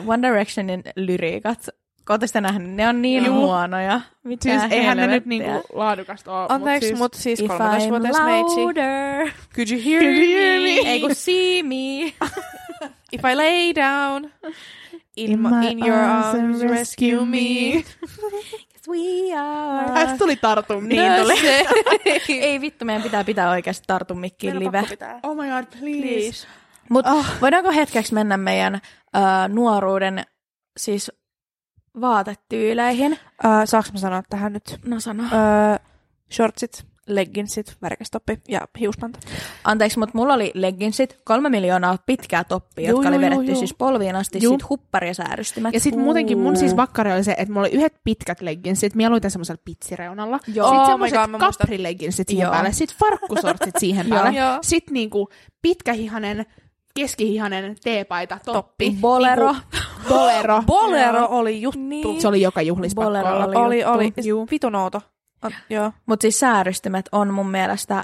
uh, One Directionin lyriikat, kun ootte sitä nähnyt, ne on niin Juu. huonoja. Mitä Siis eihän ne nyt helvettiä. niinku laadukasta oo. Anteeksi, mut... mutta siis If I'm 13-vuotias meitsi. louder. Could you hear Could you hear me? Ei kun see me. If I lay down in, In my, my in your arms and arms, rescue rescue me. me. We are. Siis... Tästä tuli tartum. Äh, Niin Nö, tuli. se. Ei vittu, meidän pitää pitää oikeasti tartumikkiin live. Oh my god, please. Please. Mutta Ah. voidaanko hetkeksi mennä meidän uh, nuoruuden siis vaatetyyleihin? Uh, saanko mä sanoa tähän nyt? No sano. Öö, shortsit, legginsit, värkästoppi ja hiuspanta. Anteeksi, mutta mulla oli legginsit, kolme miljoonaa pitkää Joo, toppia, jotka oli joo, joo, vedetty joo. siis polviin asti, Juu. sit huppari ja säärystymät. Ja sitten muutenkin mun siis vakkari oli se, että mulla oli yhdet pitkät legginsit, mieluiten semmoisella pitsireunalla. Joo. Sitten Oh my semmoiset God, mä muistan. kaprilegginsit siihen Joo. päälle, sitten farkkusortsit siihen Joo. päälle. Joo. Sitten niinku pitkähihanen, keskihihanen teepaita, toppi. Toppi. Bolero. Niinku, bolero. Bolero oli juttu. Niin. Se oli joka juhlissa Bolero pakko olla. Oli, oli oli. juttu. Juu. Vitun outo. Ah, Joo. Mutta siis säärystymät on mun mielestä,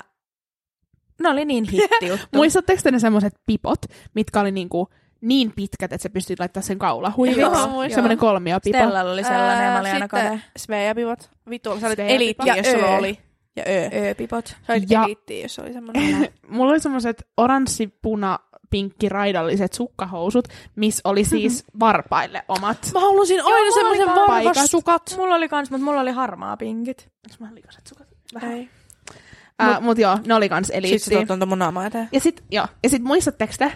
ne oli niin hitti juttu. Muistatteko te ne semmoiset pipot, mitkä oli niinku niin pitkät, että sä pystyt laittaa sen Joo, kaulahuiviksi? muistan. Semmoinen kolmio pipo. Stellalla oli sellainen, mä olin aina kade. Sitten Sveapivot. Vittu, sä olit Sveapipot. eliitti, Ja jos sulla Ö. oli. Ja Ö. Ööpipot. Sä olit Ja- eliitti, jos oli semmoinen. Mulla oli semmoiset oranssi, puna, pinkki, raidalliset sukkahousut, missä oli siis varpaille omat. Mä halusin aina mulla oli semmoisen tää- varvas sukat. Mulla oli kans, mutta mulla oli harmaa pinkit. Ei. Äh, mut joo, ne oli kans Sitten sä eliitti. tuot tuon mun naamaa eteen. Ja sit, joo, ja sit muistatteko te,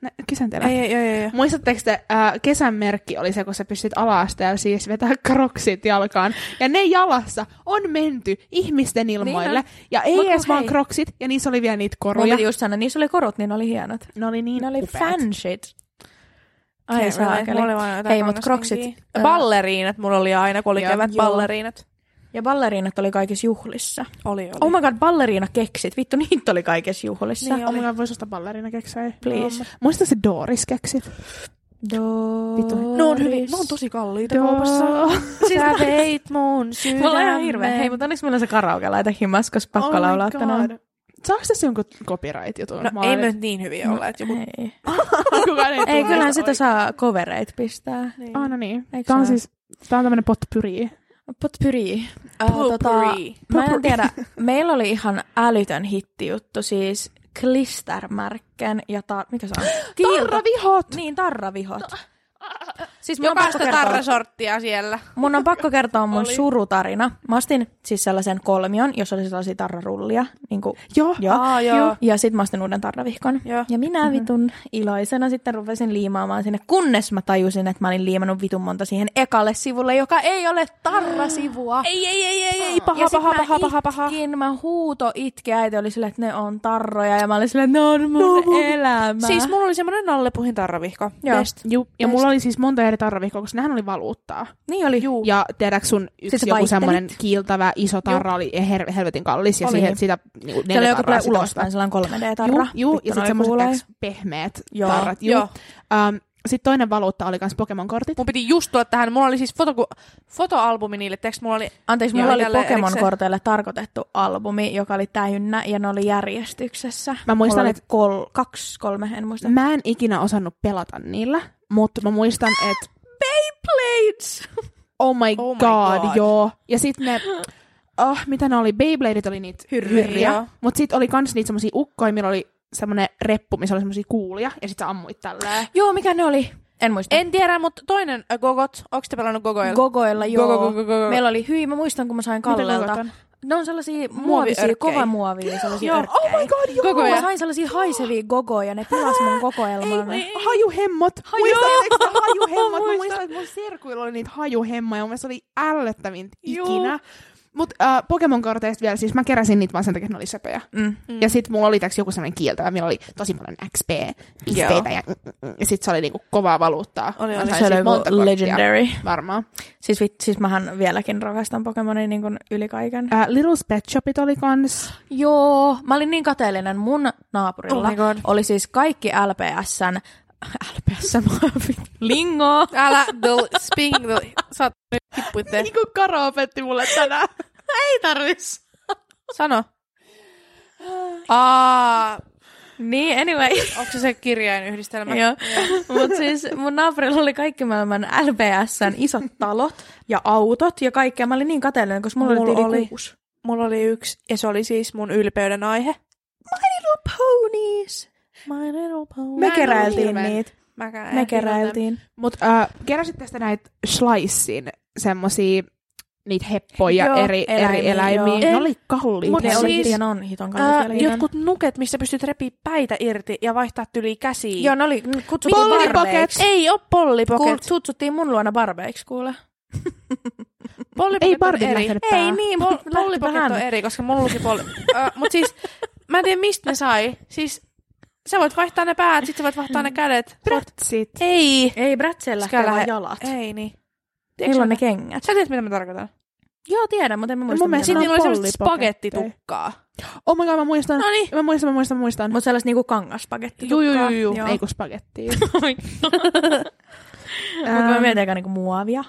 Nä- kysentelen. Ei, ei, ei, ei. ei. Muistatteko te, äh, kesän merkki oli se, kun sä pystyt ala-asteella siis vetää kroksit jalkaan. Ja ne jalassa on menty ihmisten ilmoille. Niin ja ei Mut edes kun vaan hei. kroksit, ja niissä oli vielä niitä Mulla koruja. piti just sanoa, niissä oli korut, niin ne oli hienot. Ne oli niin Ne oli upeat. fan shit. Ei, Ai mulla saakeli. oli vaan jotain Hei, mut kangaskenkiä. kroksit. Ja Balleriinat mulla oli aina, kun oli Joo. kevät Joo. balleriinat. Ja balleriinat oli kaikissa juhlissa. Oli, oli. Oh my god, balleriina keksit. Vittu, niitä oli kaikessa juhlissa. Oh my god, vois ostaa ballerina keksejä. Niin Please. Muista se Doris keksit. Doris. Ne on hyvin, ne on tosi kalliita kaupassa. Oh Siis- Sä veit mun Mulla on ihan sydämen. Oh hirveä. Hei, mutta onneksi meillä on se karaoke laita himas, koska pakko my laulaa god. tänään. Saako tässä jonkun copyright-jutun? No ei me nyt niin Mm. hyviä olla, että joku... Ei, Kukaan ei, ei tunne kyllähän sitä sitä saa covereit pistää. oikein. Ah, no niin. Eikö Tää on se ole? siis, tää on tämmönen potpyri. Potpyri. Potpourri. tota, mä en Potpourri. tiedä, meillä oli ihan älytön hittijuttu, siis klistermärkken ja tar... Mikä se on? Tarravihot! Niin, tarravihot. Siis mun on, pakko No. Jokaista kertoa, tarrasorttia siellä. mun on pakko kertoa mun Oli. surutarina. Mä ostin siis sellaisen kolmion, jossa oli sellaisia tarrarullia. Niin kuin, Joo. joo. Aa, joo. Ja sit mä ostin uuden tarravihkon. Joo. Ja minä vitun iloisena sitten rupesin liimaamaan sinne, kunnes mä tajusin, että mä olin liimannut vitun monta siihen ekalle sivulle, joka ei ole tarrasivua. Ah. Ei, ei, ei, ei, ei, ja paha, sit paha, mä paha, paha, paha. Itkin, mä huuto itki, äiti oli silleen, että ne on tarroja, ja mä olin silleen, että ne on mun No, mun- elämä. Siis mulla oli semmonen nallepuhin tarravihko. Joo. Best. Juu, ja mulla oli siis monta eri tarravihkoa, koska nehän oli valuuttaa. niin oli. Juu. Ja tiedäks sun yksi Siis joku vaihtelit? semmoinen kiiltävä iso tarra oli her- helvetin kallis, ja Oli. siihen sitä niinku, Se oli neljä joku tarraa tulee sitä ulospäin, sellainen 3D-tarra. Juu, juu ja Vittu, sitten noi semmoiset kuulee. tiiäks, pehmeät Joo. tarrat. Juu. Joo. Um, sitten toinen valuutta oli myös Pokemon-kortit. Mun piti just tulla tähän. Mulla oli siis foto, fotoalbumi niille. Teekö mulla oli... Anteeksi, Joo, mulla oli tälle Pokemon-korteille tarkoitettu albumi, joka oli täynnä, ja ne oli järjestyksessä. Mä muistan, Mulla oli että- kol- kaksi, kolme, en muista. Mä en ikinä osannut pelata niillä, mutta mä muistan, että Blades! oh my, Oh my god, god. joo. Ja sitten ne, oh, mitä ne oli, Beybladeit oli niitä Hyrryjä, hyrryjä, joo. mutta sitten oli kans niitä semmosia ukkoja, millä oli semmonen reppu, missä oli semmosia kuulia, ja sit sä ammuit tälleen. Joo, mikä ne oli? En muista. En tiedä, mutta toinen ä, Gogot. Onks te pelannut Gogoilla? Gogoilla, joo. Gogo, gogo, gogo. Meillä oli, hyi, mä muistan, kun mä sain Mitä Kallelta. kokotan? Ne on sellaisia muovisia, Muoviörkkejä. kovamuovia, sellaisia Joo. örkkejä. Oh my god, joo! Koko Mä ajan. sain sellaisia haisevia gogoja, ne pelas mun kokoelman. Ei, ei. Hajuhemmot! Muistatteko te hajuhemmot? Mä Muistan. muistan, että mun serkuilla oli niitä hajuhemmoja. Mun mielestä se oli ällöttävin Juu. ikinä. Mutta äh, Pokemon-korteista vielä, siis mä keräsin niitä vaan sen takia, että ne oli söpöjä. Mm. Mm. Ja sitten mulla oli täks joku sellainen kieltävä, millä oli tosi paljon XP, pisteitä ja, mm, ja sitten se oli niinku kovaa valuuttaa. Oli, Mä oli. sain Se oli siitä monta joku korttia, legendary. Varmaan. Siis, vit, siis mähän vieläkin rakastan Pokemonia niin kuin yli kaiken. Äh, Little Pet Shopit oli kans. Joo, mä olin niin kateellinen. Mun naapurilla Oh my god. oli siis kaikki LPSn, LPSn lingo. Älä the sping the... Sä oot nyt tippuitte. Niinku Niin kuin Karo opetti mulle tänään. Ei tarvis. Sano. Aa, Niin, anyway. onko se se kirjainyhdistelmä? Joo. Mut siis mun naapurilla oli kaikki maailman LPSn isot talot ja autot ja kaikkea. Mä olin niin kateellinen, koska mulla, Mulla oli yli oli. kuusi. Mulla oli yksi, ja se oli siis mun ylpeyden aihe. Ponies. My little pony. Mä Me en keräiltiin hirveän- niitä. Mäkään Me en keräiltiin. Mut äh, keräsitte sitä näitä Schleissin semmosia niitä heppoja Joo, eri, eri eläimiä, eläimiä. joo. Ne oli kalliita. Mut Ne siis- oli hiton on hiton Ää, kalliita. vielä. jotkut nuket, missä pystyt repii päitä irti ja vaihtaa tyli käsiin. Joo, ne oli kutsuttiin Polly barbeiksi. Ei oo Kuul, pollipoket. kutsuttiin mun luona barbeiksi, kuule. Pollipoket Ei on Barbie eri. lähtenyt Ei tää. niin, Pol- mut pollipoket lähti on eri, koska mulla luki polli... uh, mut siis, mä en tiedä mistä ne sai. Siis, sä voit vaihtaa ne päät, sit sä voit vaihtaa ne kädet. Pratsit. Ei. Ei, Bratzel lähtee Skällä- vaan jalat. Ei niin. Niillä on ne kengät. Sä tiedät, mitä mä tarkoitan. Joo, tiedän, mutta en mä mun muista. mielestä mitä ne Sitten on niillä oli semmoista pollipoketteja. spagettitukkaa. Oh my god, mä muistan. No niin. Mä muistan, mä muistan, mä ne muistan. on. Mut sellaiset niinku kangaspaketti. Juu, juu, juu, juu. Joo. Ei kun spagettia. Oh Mut Ähm, mä mietin eikä niinku muovia.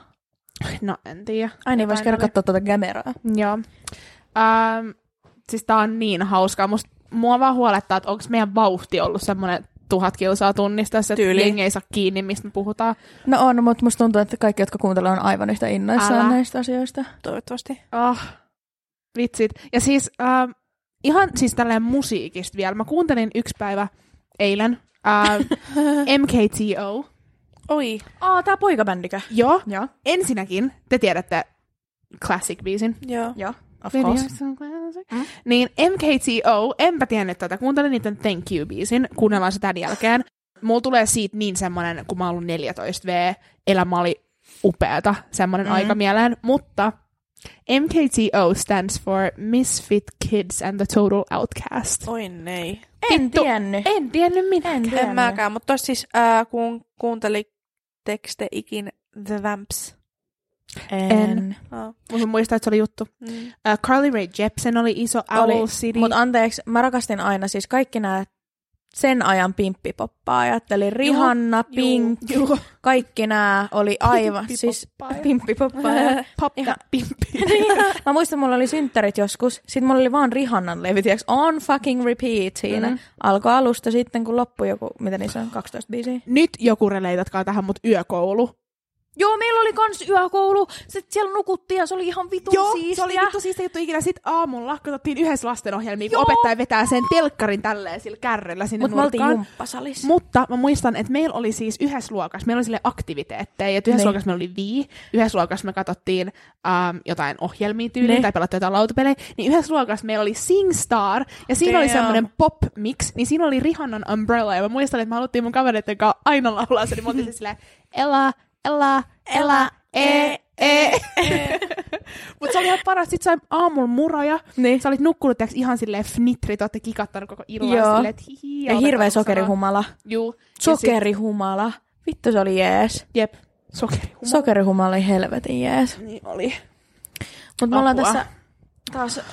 No, en tiedä. Ai niin, vois vois käydä käydä katsoa tuota kameraa. Joo. Ähm, siis tää on niin hauskaa. Musta, mua vaan huolettaa, että onko meidän vauhti ollut semmoinen tuhat kilsaa tunnista, että Tyyliin. jengi ei saa kiinni, mistä me puhutaan. No on, mutta musta tuntuu, että kaikki, jotka kuuntelee, on aivan yhtä innoissaan Älä. näistä asioista. Toivottavasti. Oh, vitsit. Ja siis ähm, ihan siis tälleen musiikista vielä. Mä kuuntelin yksi päivä eilen ähm, MKTO. Oi. Aa, tää poikabändikö? Joo, Joo. ensinnäkin te tiedätte classic biisin. Joo. Joo, of course. Mm. Videos on classic. Niin MKTO, enpä tota, tiennyt tätä, kuuntelin niiden Thank You-biisin, kuunnellaan se tämän jälkeen. Mulla tulee siitä niin semmonen, kun mä oon ollut 14 V, elämä oli upeata, semmonen mm. aika mieleen, mutta MKTO stands for Misfit Kids and the Total Outcast. Oi nei. En Vittu. tiennyt. En tiennyt minä. En En tiennyt. mäkään, mutta tossa siis äh, kun kuuntelin tekste ikin The Vamps. En. Oh. Mutta muistan, että se oli juttu. Mm. Uh, Carly Rae Jepsen oli iso, Owl Oli, City. Mutta anteeksi, mä rakastin aina siis kaikki nämä sen ajan pimppipoppaa. Ajattelin Rihanna, juu. Pink, Juu, kaikki nämä oli aivan siis Pimppipoppaja. pimppipoppaa. pop that pimpi. Niin. mä muistan, mulla oli synttärit joskus. Sitten mulla oli vaan Rihannan levy, tiiäks, on fucking repeat siinä. Mm. Alkoi alusta sitten, kun loppui joku, mitä niissä on, 12 biisiä. Nyt joku releitatkaa tähän, mut yökoulu. Joo, meillä oli kans yökoulu. Sitten siellä nukuttiin ja se oli ihan vitun Joo, siistiä. se oli vittu siistiä juttu ikinä. Sitten aamulla katsottiin yhdessä lastenohjelmia, kun Joo. opettaja vetää sen telkkarin tälleen sillä kärrellä sinne Mutta me oltiin nurkkaan. jumppasalissa. Mutta mä muistan, että meillä oli siis yhdessä luokassa, meillä oli sille aktiviteetteja, että yhdessä Ne. luokassa meillä oli vii, yhdessä luokassa me katsottiin ähm, jotain ohjelmia tyyliin Ne. tai pelattiin jotain lautapelejä, niin yhdessä luokassa meillä oli SingStar, ja siinä oli Damn. semmoinen pop mix, niin siinä oli Rihannan Umbrella, ja mä muistan, että me haluttiin mun kavereiden kanssa aina laulaa se, niin me oltiin siis silleen, Ella, Ella, Ella, e, e. Mutta se oli ihan paras, sit sai aamulla muroja, Niin. sä olit nukkunut tiiäks, ihan silleen fnitrit, olette kikattanut koko illan, Joo. silleen, että hihi, Ja hirveä sokerihumala. Juu. Sokerihumala. Vittu se oli jees. Jep, sokerihumala. Sokerihumala oli helvetin jees. niin oli. Mutta me ollaan Apua. tässä taas äh,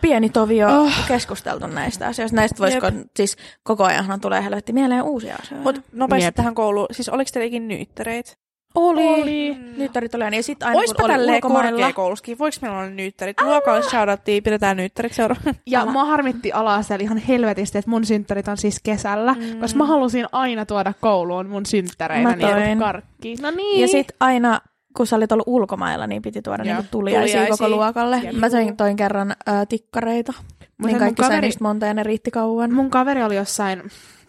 pieni tovio Oh. keskusteltu näistä asioista. Näistä voisiko, siis koko ajanhan tulee helvetti mieleen uusia asioita. Mut nopeasti Jep. tähän kouluun. Siis oliks teillä ikin nyyttäreit? oli. oli. Mm. Nyt tarvitsi olla. Ja sitten aina Oispa kun oli tälleen ulkomailla. korkeakoulussakin. Voiks meillä olla nyyttärit? Luokalle shoutouttiin, pidetään nyyttärit seuraavaksi. Ja Ala. mua harmitti alaasel ihan helvetisti, että mun synttärit on siis kesällä, mm. koska mä halusin aina tuoda kouluun mun synttäreinä Mä toin. niin karkki. No niin. Ja sitten aina kun sä olit ollut ulkomailla, niin piti tuoda Joo. niinku tuliaisia, Tuliaisia. koko luokalle. Jep. Mä toin, toin kerran ö, tikkareita. sen niin mun kaikki sai kaveri- niistä monta ja ne riitti kauan. mun kaveri oli jossain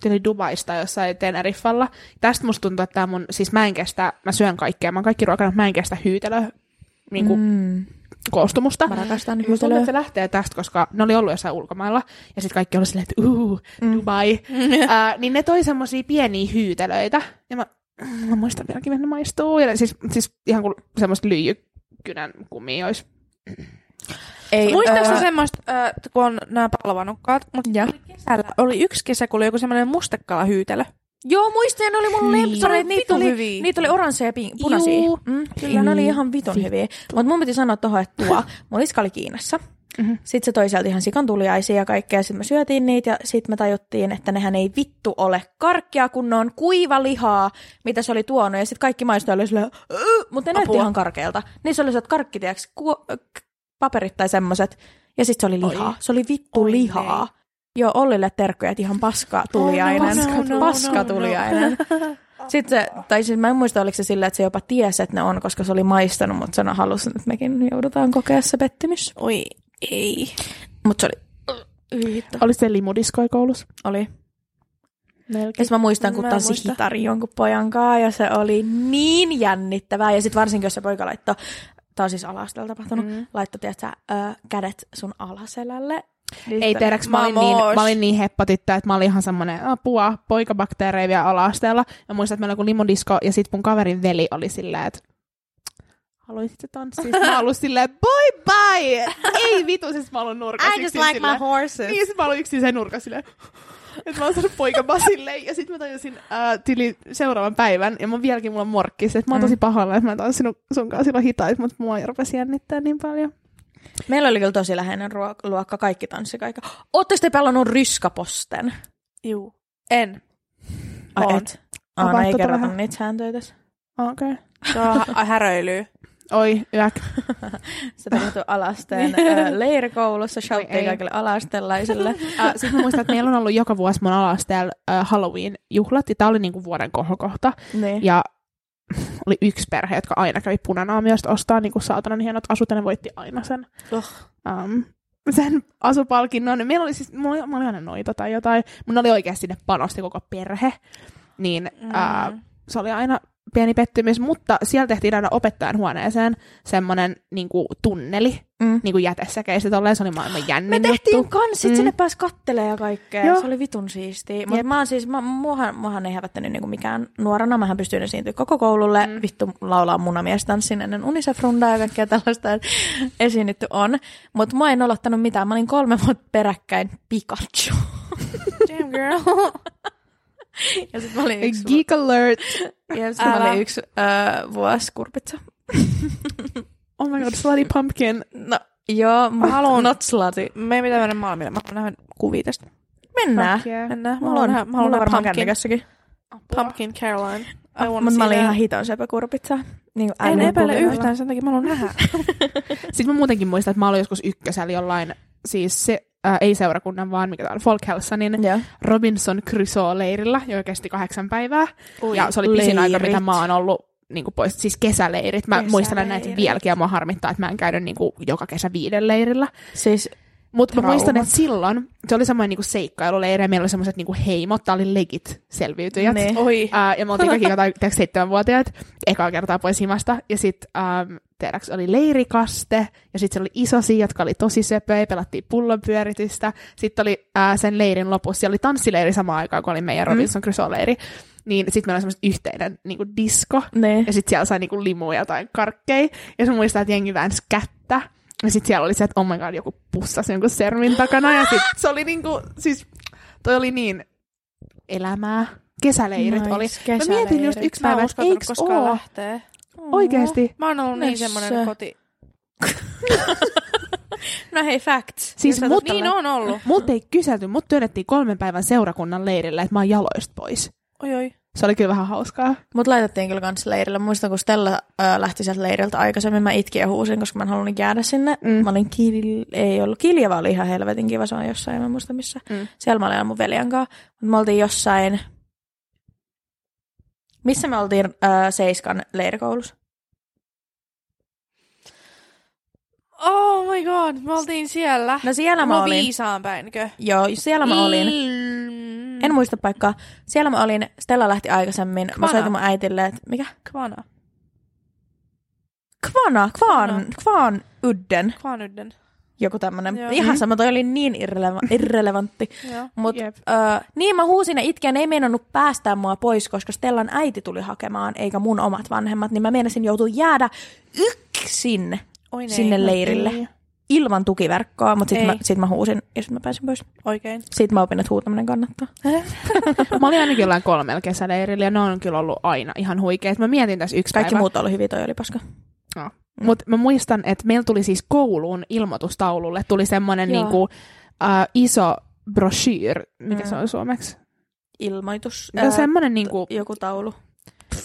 tuli Dubaista jossain Teneriffalla. Tästä musta tuntuu, että tää Niinku- mun, siis mä en kestä, mä syön kaikkea, mä oon kaikki ruokana, mä en kestä hyytelö, niin kuin mm. koostumusta. Mä rakastan Musta tuntuu, hyytelöä. että se lähtee tästä, koska ne oli ollut jossain ulkomailla, ja sitten kaikki oli silleen, että uu, Mm. Dubai. Ää, niin ne toi semmosia pieniä hyytelöitä, ja mä, mä muistan vieläkin, miten ne maistuu. Ja ne- siis, siis ihan kuin semmoista lyijykynän kumia olisi. Ei, Muistatko öö, öö... semmoista, äh, kun on nämä palvanukkaat, mutta Ja. kesällä oli yksi kesä, kun oli joku semmoinen mustekala hyytelö. Joo, muistan, ne oli mun Niin. lemppareita. Niitä Vitun oli, hyviä. niitä oli oransseja ja pink- punaisia. Juu. Mm, kyllä, ne oli ihan vitun hyviä. Mutta mun piti sanoa tuohon, että tuo, mun iska oli Kiinassa. Mhm. Sitten se toi sieltä ihan sikan tuliaisia ja kaikkea. Sitten me syötiin niitä ja sitten me tajuttiin, että nehän ei vittu ole karkkia, kun ne on kuivalihaa, mitä se oli tuonut. Ja sitten kaikki maistoi oli silleen, mutta ne näytti Apua. ihan karkealta. Niin se oli se, että karkki, tiiäks, kuo- k- paperit tai semmoset. Ja sitten se oli lihaa. Se oli vittu Oi, lihaa. Joo, Ollille terkkuja, että ihan paska tuliainen. no, no, no, paska no. tuliainen. Sitten se, tai siis mä en muista, oliko se sillä, että se jopa tiesi, että ne on, koska se oli maistanut, mutta se on halunnut, että mekin joudutaan kokea se pettymys. Oi ei. Mutta se oli... Hyi Hitto. Oli se limudiskoi koulussa? Oli. Ja Melkein. sit mä muistan, kun Mä en tanssi muista. hitari jonkun pojan kanssa, ja se oli niin jännittävää. Ja sitten varsinkin, jos se poika laittoi, tämä on siis ala tapahtunut, mm. laittoi, tiedätkö, ö, kädet sun alaselälle. Niin Ei sitten- tiedäks, mä olin, niin, Vamos. mä olin niin heppatyttö, että mä olin ihan semmonen apua, poikabakteereja vielä ala-asteella. Ja muistan, että meillä oli joku limudisko, ja sit mun kaverin veli oli silleen, että haluaisitte tanssia? Sitten mä olin silleen, bye bye! Ei vitu, siis mä olin nurkassa. yksin silleen. horses. Niin, ja sit mä olin yksin sen nurkassa silleen, että mä oon saanut poika Basille. Ja sit mä tajusin ää, tyli seuraavan päivän, ja mä vieläkin mulla on morkki, se, että mä oon tosi pahalla, että mä en tanssinut sun kanssa silloin hitaita, mutta mua rupesi jännittää niin paljon. Meillä oli kyllä tosi läheinen ruok- luokka, kaikki tanssi, kaikki. Ootteko te pelannut ryskaposten? Juu. En. Ai On. et. Aana Avaa ei tota kerrota vähän. niitä sääntöjä tässä. Okei. Okay. Se on hä- häröilyä. Oi, yäk. Se tapahtui alasteen ö, leirikoulussa, shouttiin ei. kaikille alastelaisille. Sitten Äh, mä muistan, että meillä on ollut joka vuosi mun ala-asteella äh, Halloween-juhlat, ja tää oli niinku vuoden kohokohta. niin. Ja oli yksi perhe, jotka aina kävi punanaamiosta ostaa niinku saatanan hienot asut, ja ne voitti aina sen, Oh. um, sen asupalkinnon. Meillä oli siis, mulla, oli- mä olin aina noita tai jotain, mun oli oikeasti sinne panosti koko perhe. Niin äh, Mm. se oli aina pieni pettymys, mutta siellä tehtiin aina opettajan huoneeseen semmoinen niinku, tunneli, Mm. niin kuin jätesäkeistä tolleen, se oli maailman jännin Me tehtiin juttu. kansit, mm. Mm. sinne pääsi kattelee ja kaikkea. Joo. Joo. Se oli vitun siistiä. Mutta Jep. mä oon siis, mä, muahan, muahan ei hävättänyt niinku mikään nuorena. Mähän pystyin esiintyä koko koululle. Mm. Vittu laulaa munamiestanssin ennen unisefrundaa ja kaikkea tällaista. että Esiinnytty on. Mutta mä en olottanut mitään. Mä olin kolme vuotta peräkkäin Pikachu. Damn girl. Ja sit mä olin yksi, Geek alert! ja sit mä Älä. olin yksi öö, vuosi kurpitsa. Oh my god, slutty pumpkin. No, joo, mä haluan. Not slutty. Me ei pitää mennä maailmille. Mä haluan nähdä kuvia tästä. Mennään. Mennään. Mä Mulla haluan on, nähdä, mä haluan mulla on nähdä varmaan pumpkin. kännykässäkin. Pumpkin Caroline. I wanna Mutta Ah, mä see olin that. ihan hiton sepä kurpitsa. Niin kuin En älypukulla. epäile yhtään, sen takia mä haluan nähdä. Sitten mä muutenkin muistan, että mä olin joskus ykkösellä jollain, siis se, ää, ei seurakunnan, vaan mikä tää on, Folk Helsanin Joo. Robinson Crusoe-leirillä, joka kesti kahdeksan päivää. Oi, ja se oli pisin aika, mitä leirit. mä oon ollut niin kuin pois, siis kesäleirit. Mä Kesäleirit. muistelen näitä vieläkin ja mua harmittaa, että mä en käynyt niin kuin joka kesä viiden leirillä. Siis Mutta mä Traumat. muistan, että silloin se oli semmoinen niinku seikkailuleiri ja meillä oli semmoiset niinku heimot, tää oli legit selviytyjät. Ne. Oi. Ää, ja me oltiin kaikki jotain tiedätkö, seitsemänvuotiaat ekaa kertaa pois himasta. Ja sitten ähm, tiedäks, oli leirikaste, ja sitten oli isosi, jotka oli tosi söpöjä, pelattiin pullonpyöritystä. Sitten oli äh, sen leirin lopussa, siellä oli tanssileiri samaan aikaan, kun oli meidän Robinson Crusoe-leiri. Niin sitten meillä oli semmoinen yhteinen niinku disko, Ne. ja sitten siellä sai niinku limuja jotain karkkeja. Ja sitten muistaa, että jengi väänsi kättä. Ja sitten siellä oli se, että oh my god, joku pussasi jonkun sermin takana. Ja sit se oli niinku, siis toi oli niin elämää. Kesäleirit Nice, oli. Mä kesäleirit. mietin just yksi Mä päivä, en että uskaltanut eiks koskaan oo lähteä. Mm-hmm. oikeesti. Mä oon ollut niin Missä? semmonen koti... No hei, facts. Siis Jos mut, ajatellaan- Niin on ollut. mut ei kyselty, mut työnnettiin kolmen päivän seurakunnan leirille, että mä oon jaloista pois. Oi oi. Se oli kyllä vähän hauskaa. Mut laitettiin kyllä kans leirille. Muistan, kun Stella ö, lähti sieltä leiriltä aikaisemmin, mä itkin ja huusin, koska mä en halunnut jäädä sinne. Mm. Mm. Mä olin kil... ei ollut kiljava, oli ihan helvetin kiva, se on jossain, mä en muista missä. Mm. Mm. Siellä mä olin aina mun veljen kanssa. Mut me oltiin jossain, missä me oltiin ö, Seiskan leirikoulussa? Oh my god, me oltiin siellä. No siellä mä olin. viisaan päinkö? Joo, siellä mä olin. Mm. En muista paikkaa. Siellä mä olin, Stella lähti aikaisemmin. Mä Kvana. soitin mun äitille, että mikä? Kvana. Kvana, kvaan, kvaan ydden, Kvaan yhden. joku tämmönen. Joo. Ihan sama, toi oli niin irreleva- irrelevantti. Joo. Mut, Jep. ö, niin mä huusin ja itken, ei meinannut päästää mua pois, koska Stellan äiti tuli hakemaan, eikä mun omat vanhemmat, niin mä meinasin joutua jäädä yksin Oi niin, nei. sinne leirille. ei. Ilman tukiverkkoa, mutta Ei. sitten mä, sit mä huusin ja sitten mä pääsin pois. Oikein. Sitten mä opin, että huutaminen kannattaa. Mä olin ainakin jollain kolmella kesäleirillä ja ne on kyllä ollut aina ihan huikeet. Mä mietin tässä yksi Kaikki päivä. muut oli hyviä, toi oli paska. No. Mutta mä muistan, että meillä tuli siis kouluun ilmoitustaululle, tuli semmoinen Joo. niinku, äh, iso brochure, mikä mm. se on suomeksi? Ilmoitus. No semmoinen niinku joku taulu.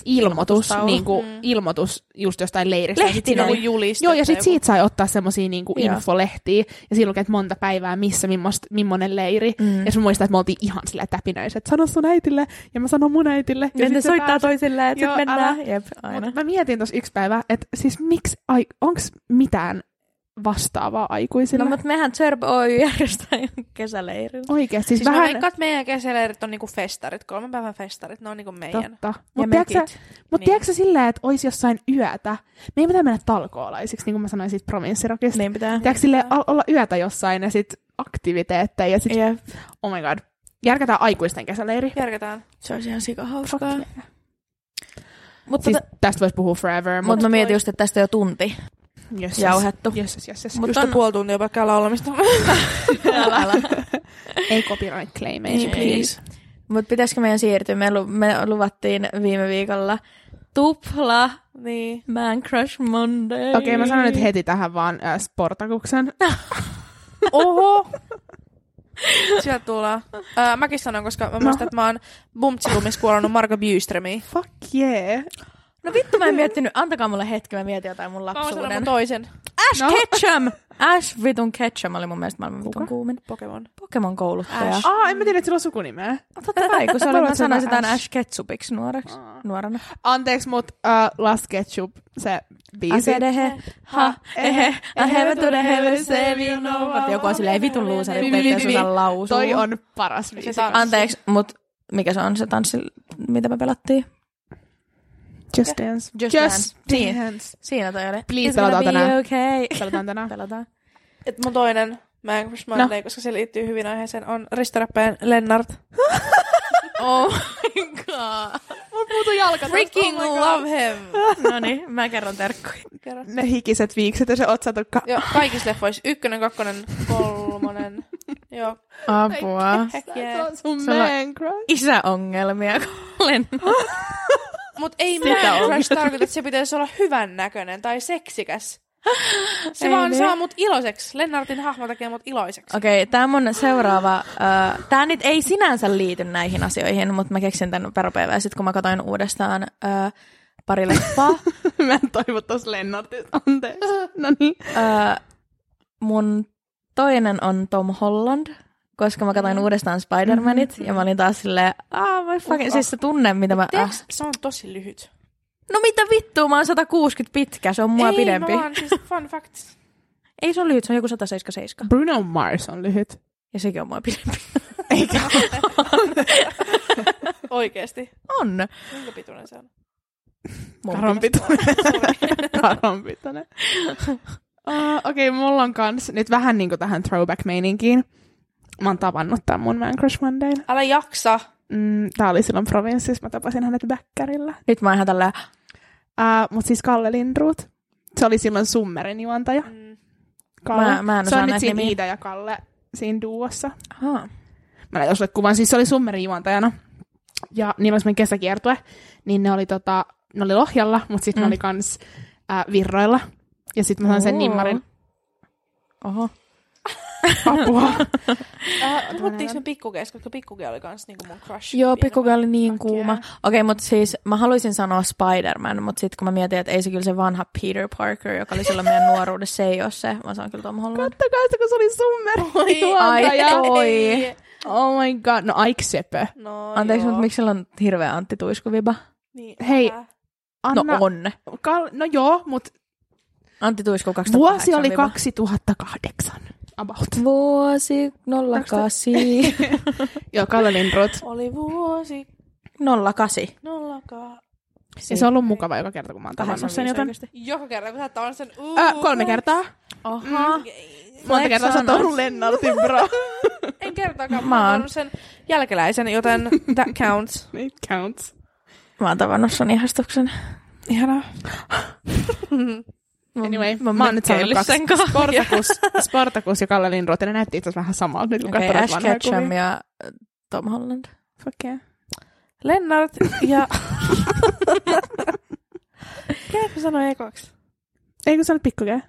ilmoitus, Äh, ilmoitustaulu. niinku, Mm. ilmoitus just jostain leiristä. Ja sit siinä Joku oli- juliste. Joo, ja sitten tai siitä sai ottaa semmoisia niinku Joo. infolehtiä, ja siinä lukee, että monta päivää missä, mimmost, millainen leiri. Mm. Mm. Ja sit mä muistan, että me oltiin ihan sillä täpinöiset, sano sun äitille, ja mä sanon mun äitille. Ja sit se pääsi- toisilleen, Joo, älä. Jep, Mut mä mietin tuossa yksi päivä, että siis miksi, ai, onks mitään vastaavaa aikuisilla? No, mutta mehän Zerb Oy järjestää jonkun kesäleirin. Oikeesti, siis, Siis vähän... mä vähän veikkaan, että meidän kesäleirit on niinku festarit, kolmen päivän festarit, ne on niinku meidän. totta. Ja Mutta tiedätkö, mökit. mut Niin. niin. tiedätkö silleen, että olisi jossain yötä, me ei pitää mennä talkoolaisiksi, niin kuin mä sanoin siitä provinssirokista. Niin pitää. Tiedätkö silleen, al- olla yötä jossain ja sit aktiviteetteja ja sit, yeah. Jep. oh my god, järkätään aikuisten kesäleiri. Järketään. Se olisi ihan Fuck sikahauskaa. yeah. Mutta Siis tästä voisi puhua forever, Tota- mut mutta mä mietin just, että tästä jo tunti mut, jösses. jauhettu. Jösses, jösses. Mut Just on- on... puoli tuntia pelkkää laulamista. Älä. Ei copyright claimation, Ei. please. Mutta pitäisikö meidän siirtyä? Me, lu- me luvattiin viime viikolla tupla niin. Man Crush Monday. Okei, okay, mä sanon nyt heti tähän vaan äh, sportakuksen. Oho! Sieltä tullaan. Öö, mäkin sanon, koska mä muistan, että mä oon Bumtsilumissa kuolannut Marko Bjuströmiä. Fuck yeah. No vittu, mä en miettinyt. Antakaa mulle hetki, mä mietin jotain mun Mä oon sanonut lapsuuden. mun toisen Ash No. Ketchum! Ash vitun Ketchum oli mun mielestä maailman vitun Kuka? kuumin. Pokemon. Pokemon kouluttaja. Ash. Aa, en mä tiedä, että sillä on sukunimeä. No Totta kai, kun se oli, Luulet, mä se on sanoin sitä Ash. Ash Ketsupiksi nuoreksi, nuorena. Anteeksi, mut äh, Last Ketchup, se biisi. Asedehe, ha, ehe, I have to the heaven, save you no Niin, know what. Joku on silleen vitun luusari, kun ei pitäisi osaa lausua. Toi on paras Se biisi. tanssi. Anteeksi, mut mikä se on se tanssi, mitä me pelattiin? Just Dance. Just Dance. Dance. Niin. Siinä toi oli. Please, It's gonna pelataan be tänään. okay. Pelataan tänään. Pelataan. Et mun toinen Man Crush Monday, no. koska se liittyy hyvin aiheeseen, on ristoräppäjän Lennart. Oh my god. Mut muuta jalka. Freaking oh love him! No niin, mä kerron terkkuja. Kerro. Ne hikiset viikset ja se otsatukka. Joo, kaikissa leffoissa. Ykkönen, kakkonen, kolmonen. Joo, Apua. heck Se yeah. on sun Sulla- man crush. Isäongelmia, kun olen. Mut ei Sitä Man on. Crush tarkoita, että se pitäisi olla hyvän näköinen tai seksikäs. Se Ei vaan niin. saa mut iloiseksi. Lennartin hahmo tekee mut iloiseksi. Okei, okay, tämä mun seuraava, uh, tämä nyt ei sinänsä liity näihin asioihin, mutta mä keksin tämän perupäivää sitten, kun mä katsoin uudestaan uh, pari leppaa. Mä en toivo tos Lennartista. Anteeksi. No niin. uh, mun toinen on Tom Holland, koska mä katsoin uudestaan Spider-Manit, ja mä olin taas silleen, ah, voi fucking, Uh-oh. siis se tunne, mitä mä... Tiedätkö, Ah. se on tosi lyhyt. No mitä vittua, mä oon 160 pitkä, se on mua ei, pidempi. Mä vaan, siis fun fact. Ei se on lyhyt, se on joku 177. Bruno Mars on lyhyt. Ja sekin on mua pidempi. Eikä. Oikeesti. On. Minkä pituinen se on? Mun Karonpituinen. Karonpituinen. Uh, Okei, okay, mulla on kans nyt vähän niinku tähän throwback-meininkiin. Mä oon tavannut tämän mun Man Crush Monday. Älä jaksa. Mm, tää oli silloin provinssissa, mä tapasin hänet Bäkkärillä. Nyt mä oon ihan tälleen, Uh, mut siis Kalle Lindruut. Se oli silloin Summerin juontaja. Mm. Kalle. Mä- mä en se osaa on nyt näitä siinä nimiä. Iida ja Kalle siinä duossa. Haa. Mä näytän sulle kuvan. Siis se oli Summerin juontajana. Ja niillä oli semmoinen kesäkiertue. Niin ne oli, tota, ne oli Lohjalla, mutta sitten mm. ne Mm. oli kans äh, Virroilla. Ja sitten mä sain sen Oo. nimmarin Oho. apua. Äh, puhuttiinko me pikkukeissä, koska pikkuke oli kans niinku mun crush. Joo, pieni pikkukaa oli niin Fuck kuuma. Okei, yeah. okay, mutta siis mä haluaisin sanoa Spider-Man, mutta sitten kun mä mietin, että ei se kyllä se vanha Peter Parker, joka oli silloin meidän nuoruudessa, se ei ole se, vaan se on kyllä Tom Holland. Kattokaa sitä, kun se oli Summerin ai, juontaja. oi. Oh my god. No Aik Sepö. No, Anteeksi, joo. mutta miksi sillä on hirveä Antti Tuiskuviba? Niin, Hei. älä. No Anna, on. Kal- no joo, mutta Antti Tuisku 2008 vuosi oli viba. 2008. About. Vuosi 08. 08. Joo, Kalle Lindroth. Oli vuosi 08. nollakaan. Ja Siis se on ollut mukava joka kerta, kun mä oon tavannut sen, joten... Joka kerran, kun sä tanssin, uu, Äh, kolme kertaa. Mm. Oha. Monta kertaa sä oot ollut lennaltin, bro. En kertaakaan, Mä oon. mä oon sen jälkeläisen, joten that counts. It counts. Mä oon tavannut sun ihastuksen. Ihanaa. Anyway, mä, oon nyt saanut kaksi. sen kanssa. Spartacus, Spartacus ja Kalle Lindroth, ja ne näytti itse asiassa vähän samalta nyt, kun Okei, katsotaan Ash vanhoja Ketchum kuvia. ja äh, Tom Holland. Fuck yeah. Lennart ja... Käykö sanoa ekoksi? Eikö se ole pikkukää?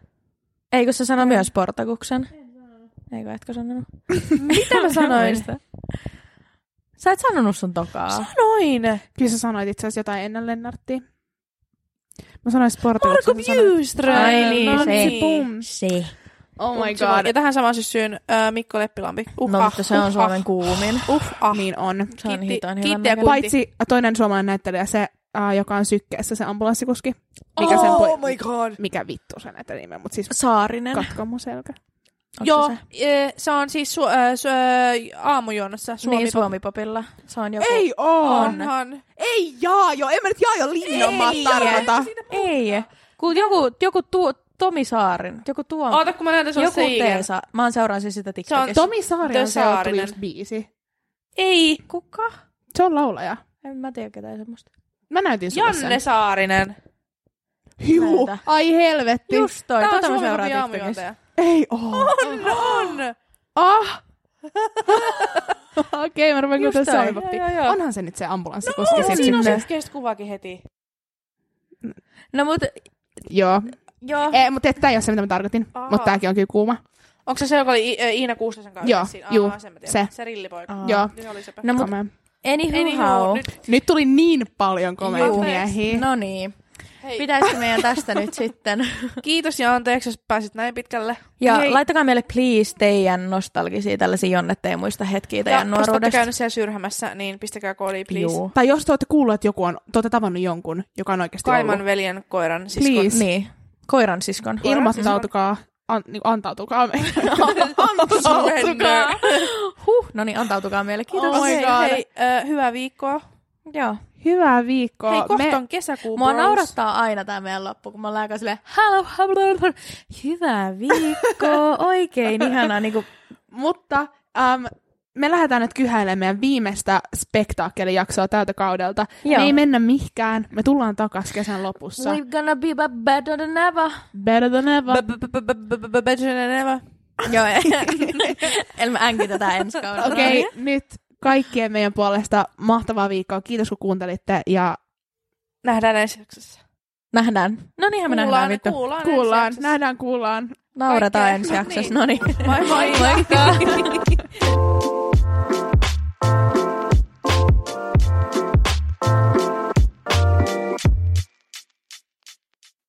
Ei, kun sä sanoi myös Portakuksen. Eikö, etkö sanonut? Mitä mä sanoin? Sä et sanonut sun tokaa. Noin. Kyllä sä sanoit itse asiassa jotain ennen Lennarttia. Mä sanoin Spartacus. Marko Bjuström. Ai niin, No se. Bum. Se. Oh my Mutsi vaan. Ja god. tähän samaan syssyyn äh, Mikko Leppilampi. Uh, No, ah, mutta se on uh, Suomen ah, kuumin. Uh, ah. Niin on. Se on Kiitti- hiton kiitti ja hyvän näköinen. kun- Paitsi toinen suomalainen näyttelijä, se äh, joka on sykkeessä, se ambulanssikuski. Mikä, sen oh poi- my god. mikä vittu sen näitä nimeä, mutta siis Saarinen. katko mun selkä. Onks Joo, se se? se? se on siis su- äh, su- äh, aamujonossa. Suomi niin, Suomipopilla. Se on joku. oo! Onhan. Ei jaa jo, en mä nyt jaa jo linnanmaa tarkoita. Ei. Kun joku, joku tu, Tomi Saarin. Joku tuo. Oota, kun mä näytän sulle joku se IG. Teesa. Mä oon seuraan siis sitä Se on TikTokissa. Tomi Saari The on se, joka tuli Saarinen. just biisi. Ei. Kuka? Se on laulaja. En mä tiedä ketään semmoista. Mä näytin sulle Janne sen. Saarinen. Juu, Näytä. ai helvetti. Just toi. Tää on Tota mä Suomen seuraan kovin TikTokissa. aamujuontaja. Ei oo. On, on. Ah! Okei, mä rupean Just kyllä toi. soivappi. Joo, joo, joo. Onhan se nyt se ambulanssikuski on. no, Siinä sinne. on sinne. selkeästä kuvakin heti. No mut, Joo. Joo. Ei, mutta tämä ei ole se, mitä mä tarkoitin. Ah. Aa. No, Mutta tämäkin on kyllä kuuma. Onko se se, joka oli I- äh, Iina Kuustosen kanssa? Joo, siinä? juu, Aa, sen mä tiedän. se. Se rillipoika. Aa. Joo. Niin se oli sepä. no mut, Kamea. anywho Anyhow, how. nyt, Nyt tuli niin paljon komeita Juu. miehiä. No niin. hei, Pitäisikö meidän tästä nyt sitten? kiitos ja anteeksi, jos pääsit näin pitkälle. Ja Hei. laittakaa meille please teidän nostalgisia tällaisia jonnet, ei muista hetkiä ja teidän jos te olette nuoruudesta. käynyt siellä syrhämässä, niin pistäkää koodi, please. Juu. Tai jos te olette kuullut, että joku on, te olette tavannut jonkun, joka on oikeasti Kaiman ollut. veljen koiran siskon. Please. Niin. Koiran siskon. Koiran Ilmoittautukaa. An, niin, antautukaa meille. Surrender. Huh, no niin, antautukaa meille. Kiitos. Oh my Hei, god. hei, ö, hyvää viikkoa. Joo. Hyvää viikkoa. Hei, kohta Me- on kesäkuu, Mua bros. naurattaa aina tämä meidän loppu, kun mä olen aika silleen, hello, hello, hello. hyvää viikkoa, oikein ihanaa. Niin kuin, Mutta äm, me lähdetään nyt kyhäilemään meidän viimeistä spektaakkelijaksoa tältä kaudelta. Joo. Joo. Me ei mennä mihkään. Me tullaan takas kesän lopussa. We're gonna be ba- better than ever. Better than ever. Joo, en mä änki tätä ensi kaudella. Okei, okay, nyt kaikkien meidän puolesta mahtavaa viikkoa. Kiitos kun kuuntelitte ja Nähdään ensi jaksossa. Nähdään. No niinhän me nähdään Kuullaan, vittu. kuullaan, ensi kuullaan. jaksossa. Nähdään, kuullaan. Niin. Nauretaan Kaikkea. ensi jaksossa. Niin. No niin. Moi moi. Moikka.